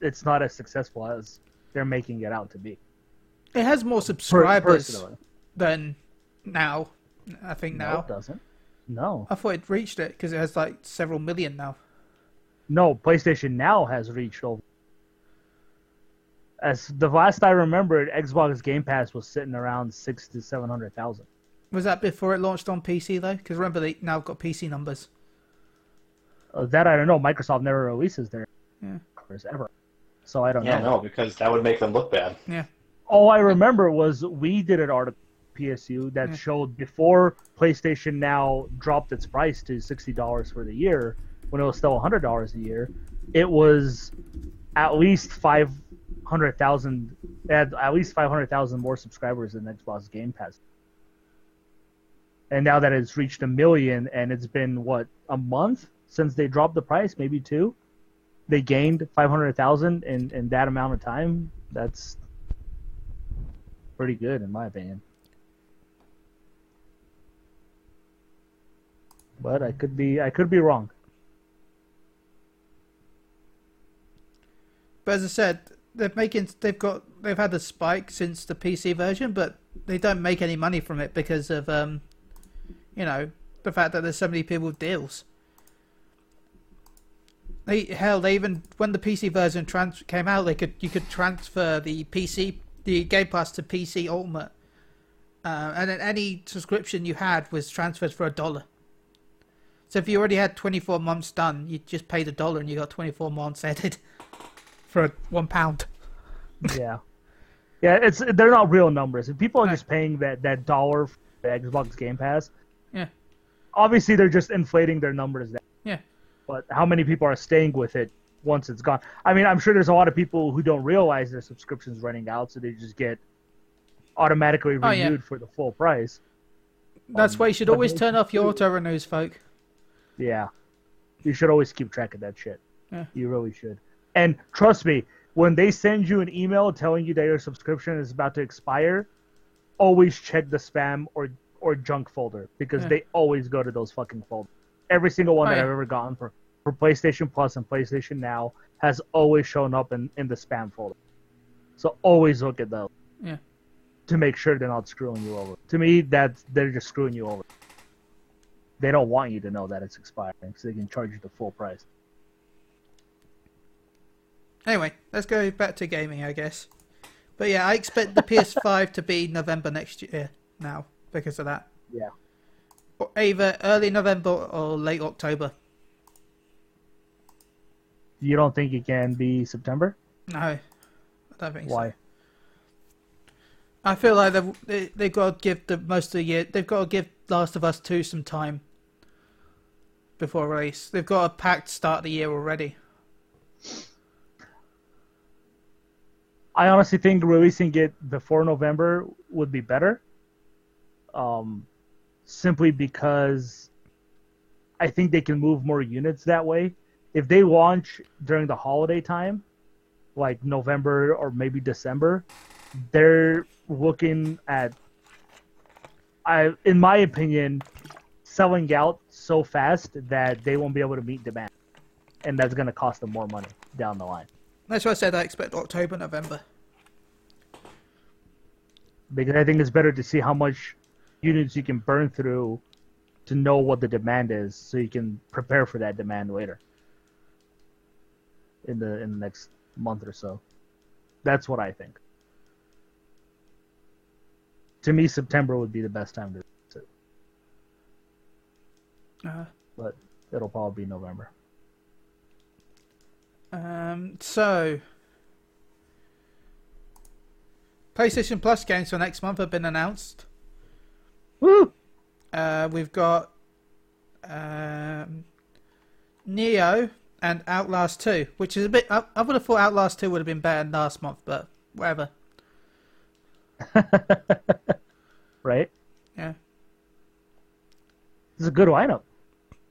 it's not as successful as they're making it out to be.
it has more
Per-
subscribers
personally.
than now. I think
No,
now.
it doesn't. No,
I thought it reached it because it has like several million now.
no. PlayStation Now has reached over. As the last I remembered, Xbox Game Pass was sitting around six to seven hundred thousand.
Was that before it launched on PC though? Because remember they now got PC numbers.
Uh, that I don't know. Microsoft never releases their
Yeah.
numbers ever, so I don't
Yeah,
know.
no, because that would make them look bad.
Yeah,
All I remember was we did an article PSU that
Yeah.
showed before PlayStation Now dropped its price to sixty dollars for the year, when it was still hundred dollars a year, it was at least five hundred thousand, at at least five hundred thousand more subscribers than Xbox Game Pass. And now that it's reached a million, and it's been what a month since they dropped the price, maybe two, they gained five hundred thousand in in that amount of time. That's pretty good, in my opinion. But I could be I could be wrong.
[LAUGHS] But as I said, they're making they've got they've had a spike since the PC version, but they don't make any money from it because of um, you know, the fact that there's so many people with deals. They hell, they even when the PC version trans- came out, they could you could transfer the PC the Game Pass to PC Ultimate, uh, and then any subscription you had was transferred for a dollar. So if you already had 24 months done, you just paid a dollar and you got 24 months [LAUGHS] added for one pound.
Yeah, yeah. It's they're not real numbers. If people are just paying that that dollar for the Xbox Game Pass,
Yeah,
obviously they're just inflating their numbers. Now.
yeah.
But how many people are staying with it once it's gone? I mean, I'm sure there's a lot of people who don't realize their subscription's running out, so they just get automatically renewed
Oh, yeah.
for the full price.
That's why you should
but
always
they-
turn off your auto renews, folk.
Yeah. You should always keep track of that shit.
Yeah.
You really should. And trust me, when they send you an email telling you that your subscription is about to expire, always check the spam or or junk folder because
Yeah.
they always go to those fucking folders. Every single one
Oh,
that
yeah.
I've ever gotten for, for PlayStation Plus and PlayStation Now has always shown up in, in the spam folder. So always look at those.
Yeah.
To make sure they're not screwing you over. To me, that's they're just screwing you over they don't want you to know that it's expiring because they can charge you the full price.
Anyway, let's go back to gaming, I guess. But yeah, I expect the [LAUGHS] PS5 to be November next year now because of that.
Yeah.
Or either early November or late October.
You don't think it can be September?
No, I don't think so.
Why?
I feel like they've they, they've got to give the most of the year. They've got to give Last of Us two some time before release. They've got a packed start of the year already.
I honestly think releasing it before November would be better. Um, simply because I think they can move more units that way. If they launch during the holiday time, like November or maybe December, they're looking at I in my opinion selling out so fast that they won't be able to meet demand. And that's going to cost them more money down the line.
That's why I said I expect October, November.
because I think it's better to see how much units you can burn through to know what the demand is, so you can prepare for that demand later in the in the next month or so. That's what I think. To me, September would be the best time to,
Uh,
but it'll probably be November.
um, so, PlayStation Plus games for next month have been announced.
Woo!
Uh, we've got um, Neo and Outlast 2, which is a bit. I, I would have thought Outlast 2 would have been better than last month, but whatever.
Right?
Yeah.
It's a good lineup.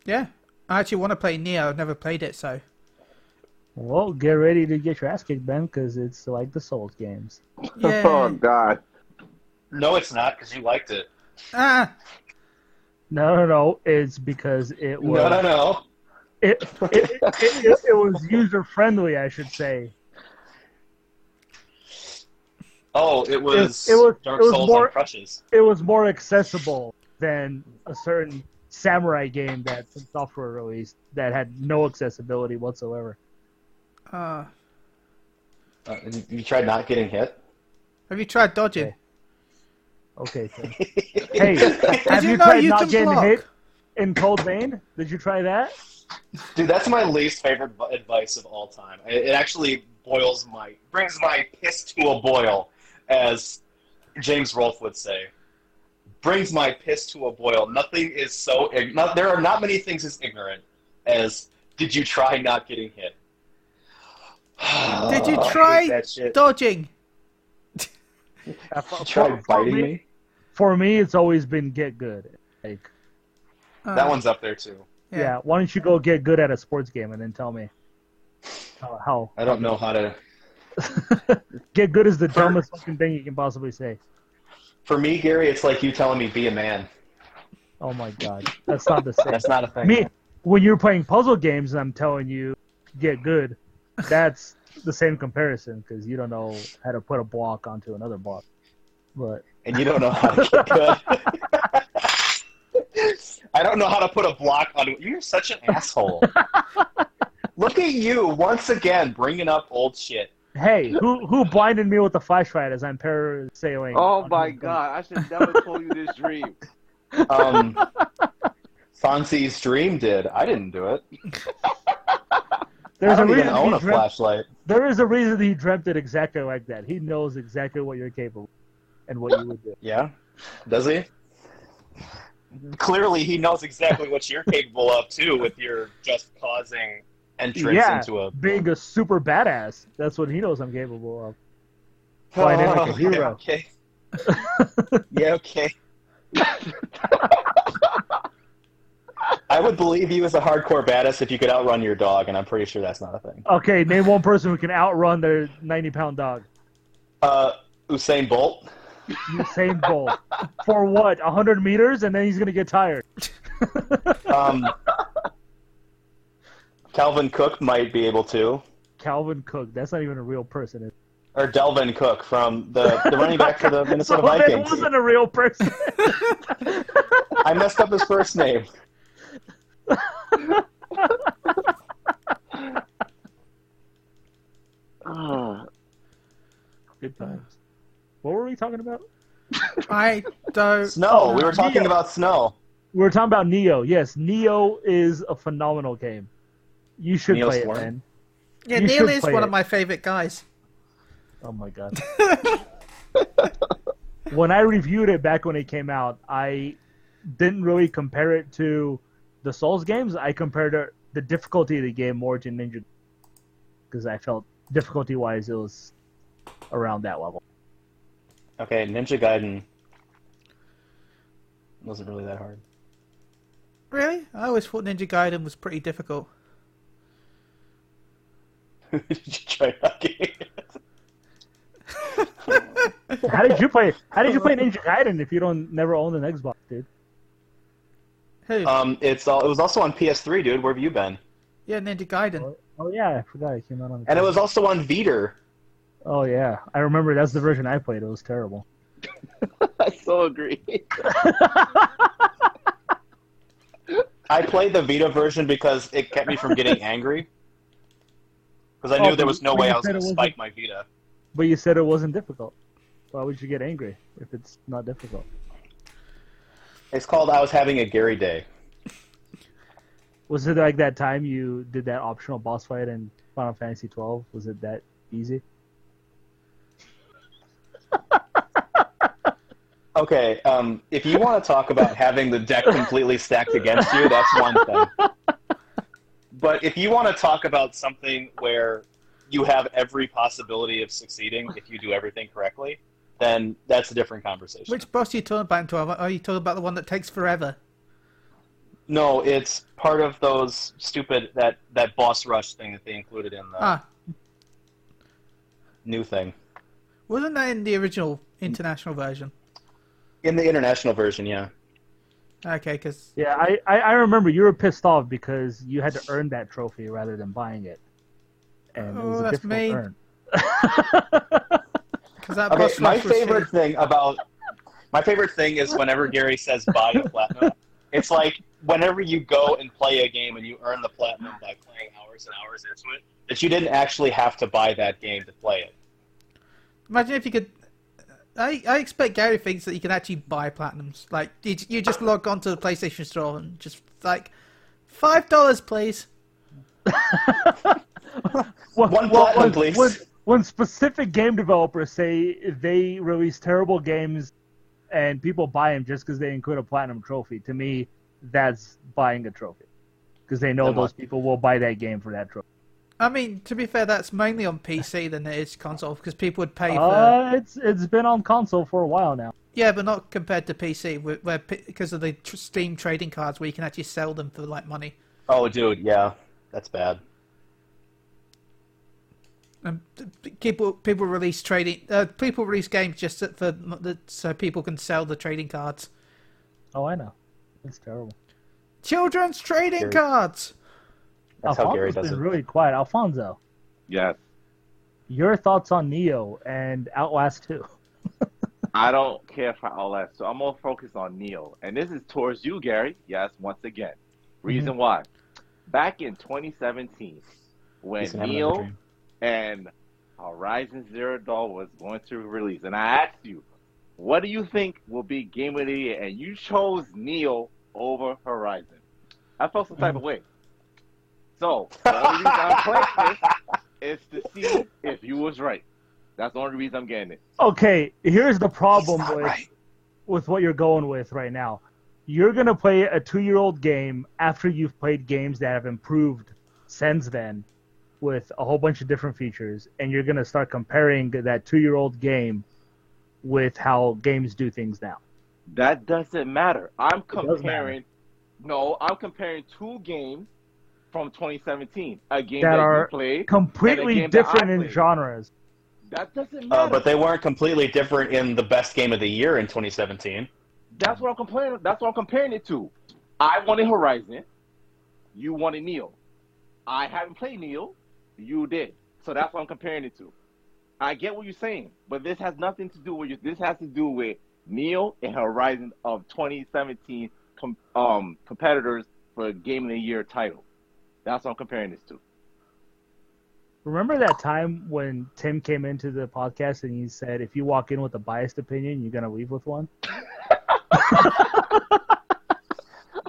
Yeah. I actually want to play Neo. I've never played it, so.
Well, get ready to get your ass kicked, Ben, because it's like the Souls games.
Oh
Yeah.
God.
No, it's not because you liked it.
ah!
No, no, no. It's because it was.
No, no, no.
it, it, it, it, it was user friendly, I should say.
Oh, it was,
it was-
Dark
it was
Souls
more-
on crutches.
It was more accessible than a certain samurai game that some software released that had no accessibility whatsoever.
ah.
Uh, you tried not getting hit.
have you tried dodging?
Okay. Okay. Tim.
[LAUGHS]
Hey, have
you
you
know
tried
you
not
can
getting
block?
hit in Cold Vein? Did you try that?
Dude, that's my least favorite bu- advice of all time. It, it actually boils my brings my piss to a boil, as James Rolfe would say. Brings my piss to a boil. Nothing is so ig- not, there are not many things as ignorant as did you try not getting hit?
Did
[SIGHS]
you
I hate
try
Oh, that shit?
Dodging.
Uh, for-
You tried
for- for
biting me?
For me, it's always been get good. Like,
Uh,
That one's up there too.
yeah. why don't you go get good at a sports game and then tell me how? how.
I don't know how to.
get good is the
For-
dumbest fucking thing you can possibly say.
For me, Gary, it's like you telling me be a man.
Oh my god, that's not the same.
That's not a thing.
me when you're playing puzzle games and I'm telling you get good, that's the same comparison because you don't know how to put a block onto another block. But
And you don't know how to get good. [LAUGHS] I don't know how to put a block on. You're such an
[LAUGHS]
asshole. Look at you once again bringing up old shit.
hey, who who blinded me with the flashlight as I'm parasailing?
Oh
on
my
the-
god, I should never told you this [LAUGHS] dream.
Um,
[LAUGHS]
Fonzie's dream did. I didn't do it.
There's
I
a
don't even
reason
own
he
a
dreamt,
flashlight.
there is a reason he dreamt it exactly like that. He knows exactly what you're capable of and what you would do.
Yeah, does he? Clearly, he knows exactly what you're capable of too, with your just causing entrance
Yeah.
into a
Being a super badass, that's what he knows I'm capable of. Flying in like
[LAUGHS]
a
yeah,
hero.
okay. yeah, okay. I would believe you as a hardcore badass if you could outrun your dog, and I'm pretty sure that's not a thing.
Okay, name one person who can outrun their 90 pound dog.
Uh, Usain Bolt.
Usain Bolt for what? hundred meters, and then he's gonna get tired.
Um, [LAUGHS] Calvin Cook might be able to,
Calvin Cook. That's not even a real person. is-
or Delvin Cook from the, the running back
[LAUGHS]
for the Minnesota
So that
Vikings.
wasn't a real person.
[LAUGHS] I messed up his first name.
Ah,
[LAUGHS] Good times. What were we talking about?
I don't.
Snow.
Oh,
We were talking about snow.
We were talking about Neo. Yes, Neo is a phenomenal game. You should
Neo's
play it,
fun.
man.
Yeah,
You
Neil
should
is
play
one
it.
of my favorite guys.
Oh my god. when I reviewed it back when it came out, I didn't really compare it to the Souls games. I compared it, the difficulty of the game more to Ninja because I felt difficulty wise it was around that level.
Okay, Ninja Gaiden wasn't really that hard. [LAUGHS]
Really? I always thought Ninja Gaiden was pretty difficult.
Did you try knocking
[LAUGHS]
it?
How did you play? How did you play Ninja Gaiden if you don't never own an Xbox, dude?
Who?
Um, it's all, it was also on PS3, dude. Where have you been?
yeah, Ninja
uh,
Gaiden.
Oh yeah, I forgot it came out on.
And it was also on Vita.
Oh yeah, I remember that's the version I played. It was terrible.
I so agree.
I played the Vita version because it kept me
[LAUGHS]
from getting angry. Because I
Oh,
knew
but
there was no
you
way
said
I was
it
going to
wasn't-
spike my Vita.
But you said it wasn't difficult. Why would you get angry if it's not difficult?
It's called I was having a Gary day.
Was it like that time you did that optional boss fight in Final Fantasy twelve? Was it that easy?
Okay, um, if you want to talk about having the deck completely stacked against you, that's one thing. But if you want to talk about something where you have every possibility of succeeding if you do everything correctly, then that's a different conversation.
Which boss are you talking about? Twelve? Are you talking about the one that takes forever?
No, it's part of those stupid that that boss rush thing that they included in the
Ah,
new thing
wasn't that in the original international version?
in the international version. Yeah,
Okay, because
Yeah, I, I, I remember you were pissed off because you had to earn that trophy rather than buying it. And it was
Oh,
a
that's
difficult
mean. [LAUGHS]
earn.
that
Okay,
boss
Uh, my
rush was shit.
favorite thing about my favorite thing is whenever Gary says buy a platinum, it's like whenever you go and play a game and you earn the platinum by playing hours and hours into it, that you didn't actually have to buy that game to play it.
Imagine if you could. I, I expect Gary thinks that you can actually buy platinums. Like you, j- you just log onto the PlayStation Store and just like five dollars, please.
Well,
One
well,
platinum,
when-
please.
When, when specific game developers say they release terrible games and people buy them just because they include a platinum trophy, to me, that's buying a trophy. Because they know
Then
those
what?
people will buy that game for that trophy.
I mean, to be fair, that's mainly on PC than it is console because people would pay for.
Oh,
Uh, it's it's been on console for a while now.
Yeah, but not compared to PC, where, where p- because of the tr- Steam trading cards, where you can actually sell them for like money.
Oh, dude, yeah, that's bad.
And p- people people release trading uh, people release games just for m- the- so people can sell the trading cards.
Oh, I know. It's terrible.
Children's trading
Gary.
cards.
That's how Gary
Alfonso's
does
been
it.
really quiet. Alfonso,
Yes.
your thoughts on Neo and Outlast 2?
I don't care for all that, so I'm more focused on Neil. And this is towards you, Gary. Yes, once again. Reason why. Back in 2017, when
He's gonna have another
Neil
dream.
and Horizon Zero Dawn was going to release, and I asked you, what do you think will be Game of the Year? And you chose Neil over Horizon. I felt some type of way. So, the only reason I'm playing this is to see if you was right. That's the only reason I'm getting it.
Okay, here's the problem
He's not
with,
right.
with what you're going with right now. You're going to play a two year old game after you've played games that have improved since then with a whole bunch of different features, and you're going to start comparing that two year old game with how games do things now.
That doesn't matter.
does
I'm
matter.
comparing. No, I'm comparing two games from 2017. A game
That
that,
are-
you played.
Completely
game that I
different in
played.
genres.
That doesn't matter.
Uh, but they weren't completely different in the best game of the year in 2017.
That's what I'm complaining. That's what I'm comparing it to. I wanted Horizon. You wanted Neo. I haven't played Neo. You did. So that's what I'm comparing it to. I get what you're saying, but this has nothing to do with you. This has to do with Neo and Horizon of 2017 com- um, competitors for Game of the Year title. That's what I'm comparing this to.
Remember that time when Tim came into the podcast and he said, if you walk in with a biased opinion, you're going to leave with one?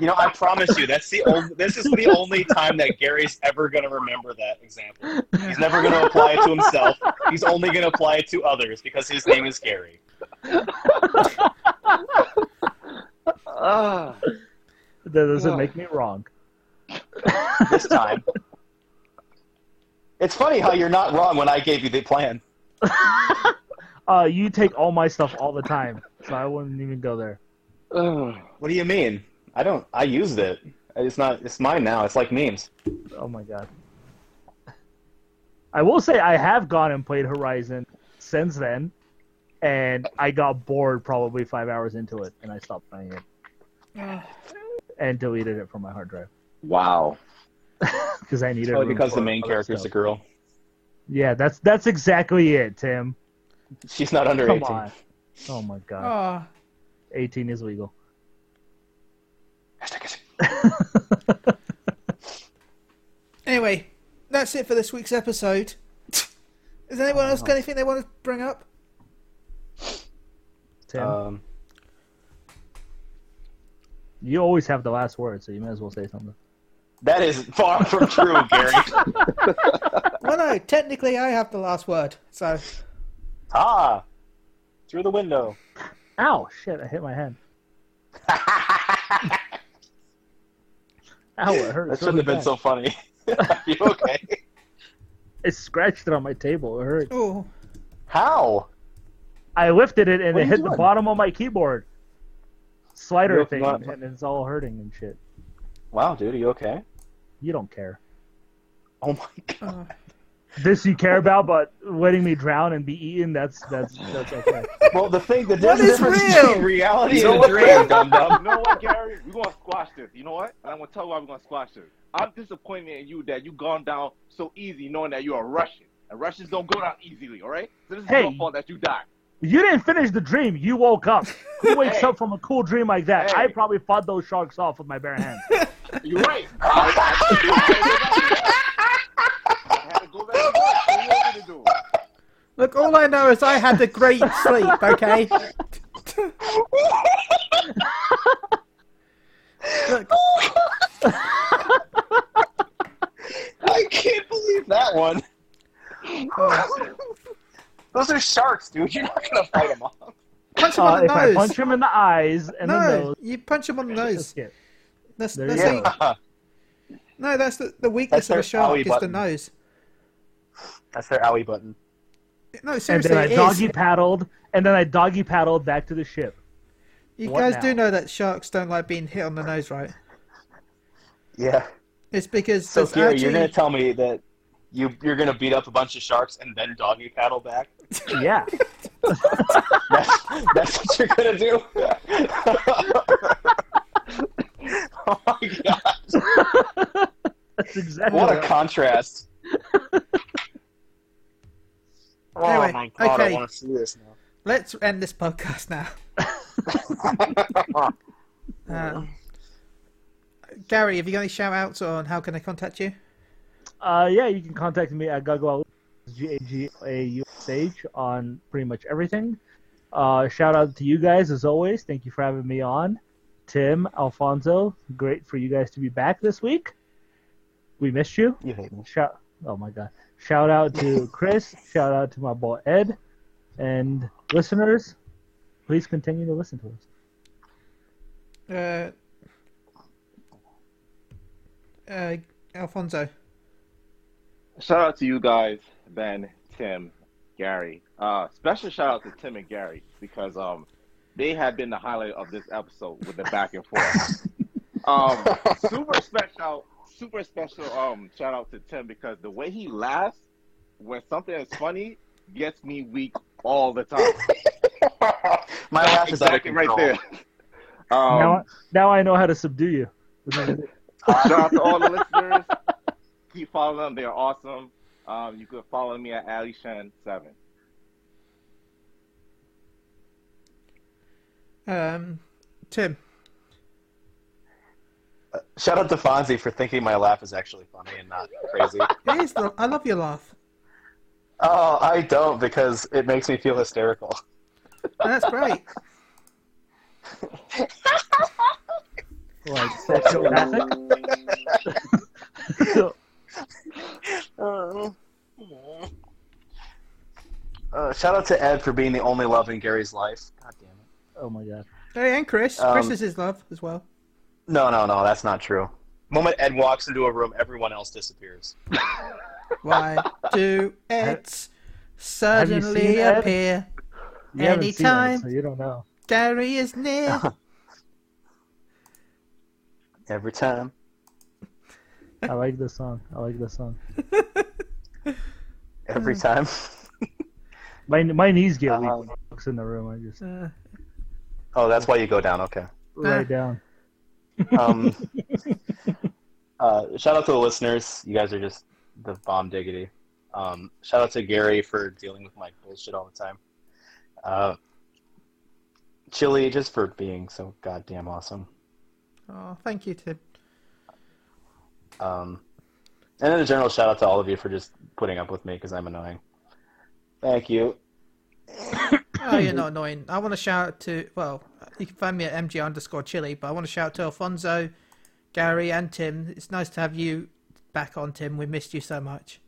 You know, I promise you, that's the only. This is the only time that Gary's ever going to remember that example. He's never going to apply it to himself. He's only going to apply it to others because his name is Gary.
Ah,
That doesn't
Yeah.
make me wrong.
This time, it's funny how you're not wrong when I gave you the plan.
Uh, you take all my stuff all the time, [LAUGHS] so I wouldn't even go there.
What do you mean? I don't. I used it. It's not. It's mine now. It's like memes.
Oh my god. I will say I have gone and played Horizon since then, and I got bored probably five hours into it, and I stopped playing it and deleted it from my hard drive
wow.
because I needed.
Probably
room
Oh, because
for
the main
other
character is a
stuff.
girl.
Yeah, that's that's exactly it, Tim.
She's not under
Come
18.
on. Oh my god,
Oh,
eighteen is legal.
Hashtag- hashtag.
Anyway, that's it for this week's episode. [LAUGHS] Has anyone else got anything they want to bring
[LAUGHS]
up?
Tim,
Um,
you always have the last word, so you may as well say something.
that is far from true,
[LAUGHS]
Gary.
Well, no, technically I have the last word. So,
ah, through the window. [LAUGHS]
Ow! Shit! I hit my head. Ow! It hurts.
That shouldn't have
really
been so funny. [LAUGHS] Are you okay?
bad. It scratched it on my table. It hurt.
oh,
[LAUGHS] How?
I lifted it and
What are
it
you
hit the
doing?
bottom of my keyboard. Slider
You're
thing,
not-
and it's all hurting and shit.
Wow, dude, are you okay?
You don't care.
Oh my god.
oh.
This you
[LAUGHS]
care about, but letting me drown and be eaten—that's that's
[LAUGHS]
that's okay.
Well, the thing, the
What is
difference
real?
between reality
You know
and a
what?
dream, dum
You
[LAUGHS] dum.
know what, Gary? We're gonna squash this. You know what? And I'm gonna tell you why we're gonna squash this. I'm disappointed in you that you gone down so easy knowing that you're a Russian. And Russians don't go down easily, alright? So this is
Hey.
your fault that you died.
You didn't finish the dream. You woke up. Who wakes
Hey.
up from a cool dream like that?
Hey.
I probably fought those sharks off with my bare hands.
You're right. I had to go back to that. I had to go back to that. What do you want me to do?
look, all I know is I had a
[LAUGHS]
great sleep. Okay. look,
I can't believe that one. Those are sharks, dude. You're not gonna fight them off.
punch him
Uh,
on
if
the
I
nose.
punch him in the eyes and
no,
the nose,
you punch him on the
it's a
nose.
skip.
That's,
There
that's
you
the,
go.
no, that's the, the weakness
That's
of
their
a shark
owie
is the
button.
nose.
That's their owie button.
No,
and
seriously,
then I
it is.
doggy paddled, and then I doggy paddled back to the ship.
You
What
guys
now?
do know that sharks don't like being hit on the nose, right?
Yeah.
It's because
So
there's
Kira, you're
actually-
gonna tell me that you you're gonna beat up a bunch of sharks and then doggy paddle back?
Yeah, [LAUGHS]
That's, that's what you're gonna do. [LAUGHS] oh my god!
that's exactly
What a contrast. Oh
Anyway,
my god!
okay.
I want to see this
Let's end this podcast
[LAUGHS]
now.
now.
Um, Gary, have you got any shout outs on how can I contact you?
Uh, yeah, you can contact me at Gagawa G A G A U S H on pretty much everything. Uh, shout out to you guys as always. Thank you for having me on, Tim, Alfonso. Great for you guys to be back this week. We missed you.
you hate me.
Shout! Oh my god! Shout out to Chris. shout out to my boy Ed, and listeners. Please continue to listen to us.
Uh, uh, Alfonso.
Shout out to you guys, Ben, Tim, Gary. Uh, special shout out to Tim and Gary because um, they have been the highlight of this episode with the back and
[LAUGHS]
forth. um, super special, super special um, shout out to Tim because the way he laughs when something is funny gets me weak all the
[LAUGHS]
time.
My laugh is out of
exactly right
control.
there. Um,
now, now I know how to subdue you.
Shout out to all the listeners. Keep following them. They're awesome. Um, you can follow me at AliShan7.
Um, Tim.
Shout out to Fonzie for thinking my laugh is actually funny and not
[LAUGHS]
crazy.
It is, lo- I love your laugh.
oh, I don't because it makes me feel hysterical.
That's great.
Like sociopathic. So-
Oh.
Uh, shout out to Ed for being the only love in Gary's life. God damn it.
oh my god.
Hey, and Chris.
Um,
Chris is his love as well.
No, no, no, that's not true. moment Ed walks into a room, everyone else disappears.
Why do it suddenly
seen Ed?
appear?
You haven't seen it,
Anytime.
so you don't know.
Gary is near.
Every time.
I like this song. I like this song.
Every time. [LAUGHS]
My my knees get weak when
Um,
Mark's in the room. I just
Uh,
Oh, that's why you go down. Okay.
Uh-huh.
lay down. [LAUGHS]
Um, uh, shout out to the listeners. You guys are just the bomb diggity. Um, shout out to Gary for dealing with my bullshit all the time. Uh, Chili, just for being so goddamn awesome.
oh, thank you, Tim.
Um, and then a general shout out to all of you for just putting up with me because I'm annoying. Thank you.
Oh, you're not annoying. I want to shout out to, well, you can find me at MG underscore chili, but I want to shout out to Alfonso, Gary, and Tim. It's nice to have you back on, Tim. We missed you so much.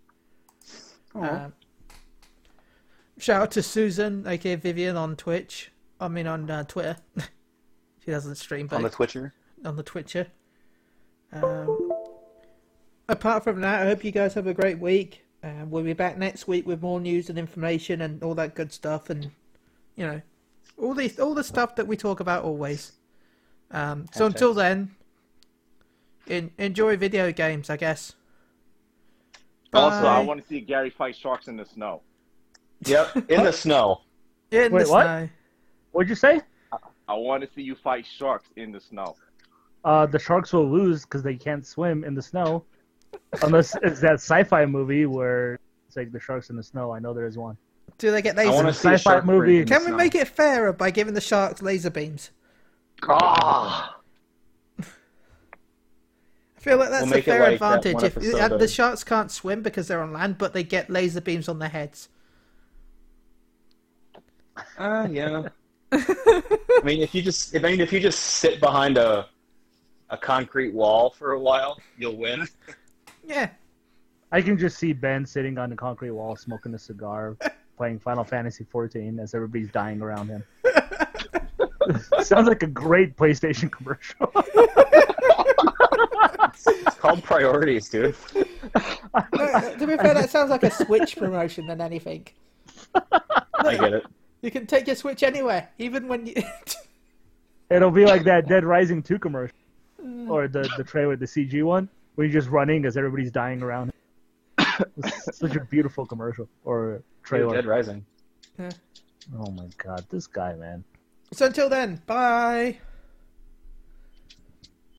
Um, shout out to Susan, aka Vivian, on Twitch. I mean, on uh, Twitter. [LAUGHS] she doesn't stream, but
On the Twitcher.
on the Twitcher. Um, apart from that, I hope you guys have a great week. Um, we'll be back next week with more news and information and all that good stuff, and you know, all the all the stuff that we talk about always. Um, so until then, in, enjoy video games, I guess.
Also, I
Bye.
want to see Gary fight sharks in the snow.
Yep. In the snow.
in
Wait,
the
what?
snow.
What'd you say?
I want to see you fight sharks in the snow.
Uh, the sharks will lose because they can't swim in the snow, unless it's that sci-fi movie where it's like the sharks in the snow. I know there is one.
Do they get
I want to
laser?
see a
sci-fi
shark
movie.
break in the
Can we
snow.
make it fairer by giving the sharks laser beams?
Ah.
I feel like that's
We'll
a
make it
fair
like that
advantage.
one
If
episode
and the
of-
sharks can't swim because they're on land, but they get laser beams on their heads.
Uh, yeah. I mean, if you just, if, I mean, if you just sit behind a, a concrete wall for a while, you'll win.
[LAUGHS] Yeah,
I can just see Ben sitting on the concrete wall, smoking a cigar, playing Final Fantasy XIV as everybody's dying around him. [LAUGHS] Sounds like a great PlayStation commercial.
It's called priorities, dude.
No, uh, to be fair, that sounds like a Switch promotion than anything.
I get it.
You can take your Switch anywhere, even when you.
[LAUGHS]
[LAUGHS]
It'll be like that Dead Rising 2 commercial or the, the trailer, the CG one, where you're just running as everybody's dying around. It's such a beautiful commercial or trailer.
Dead Rising.
Oh my god, this guy, man.
so until then, bye.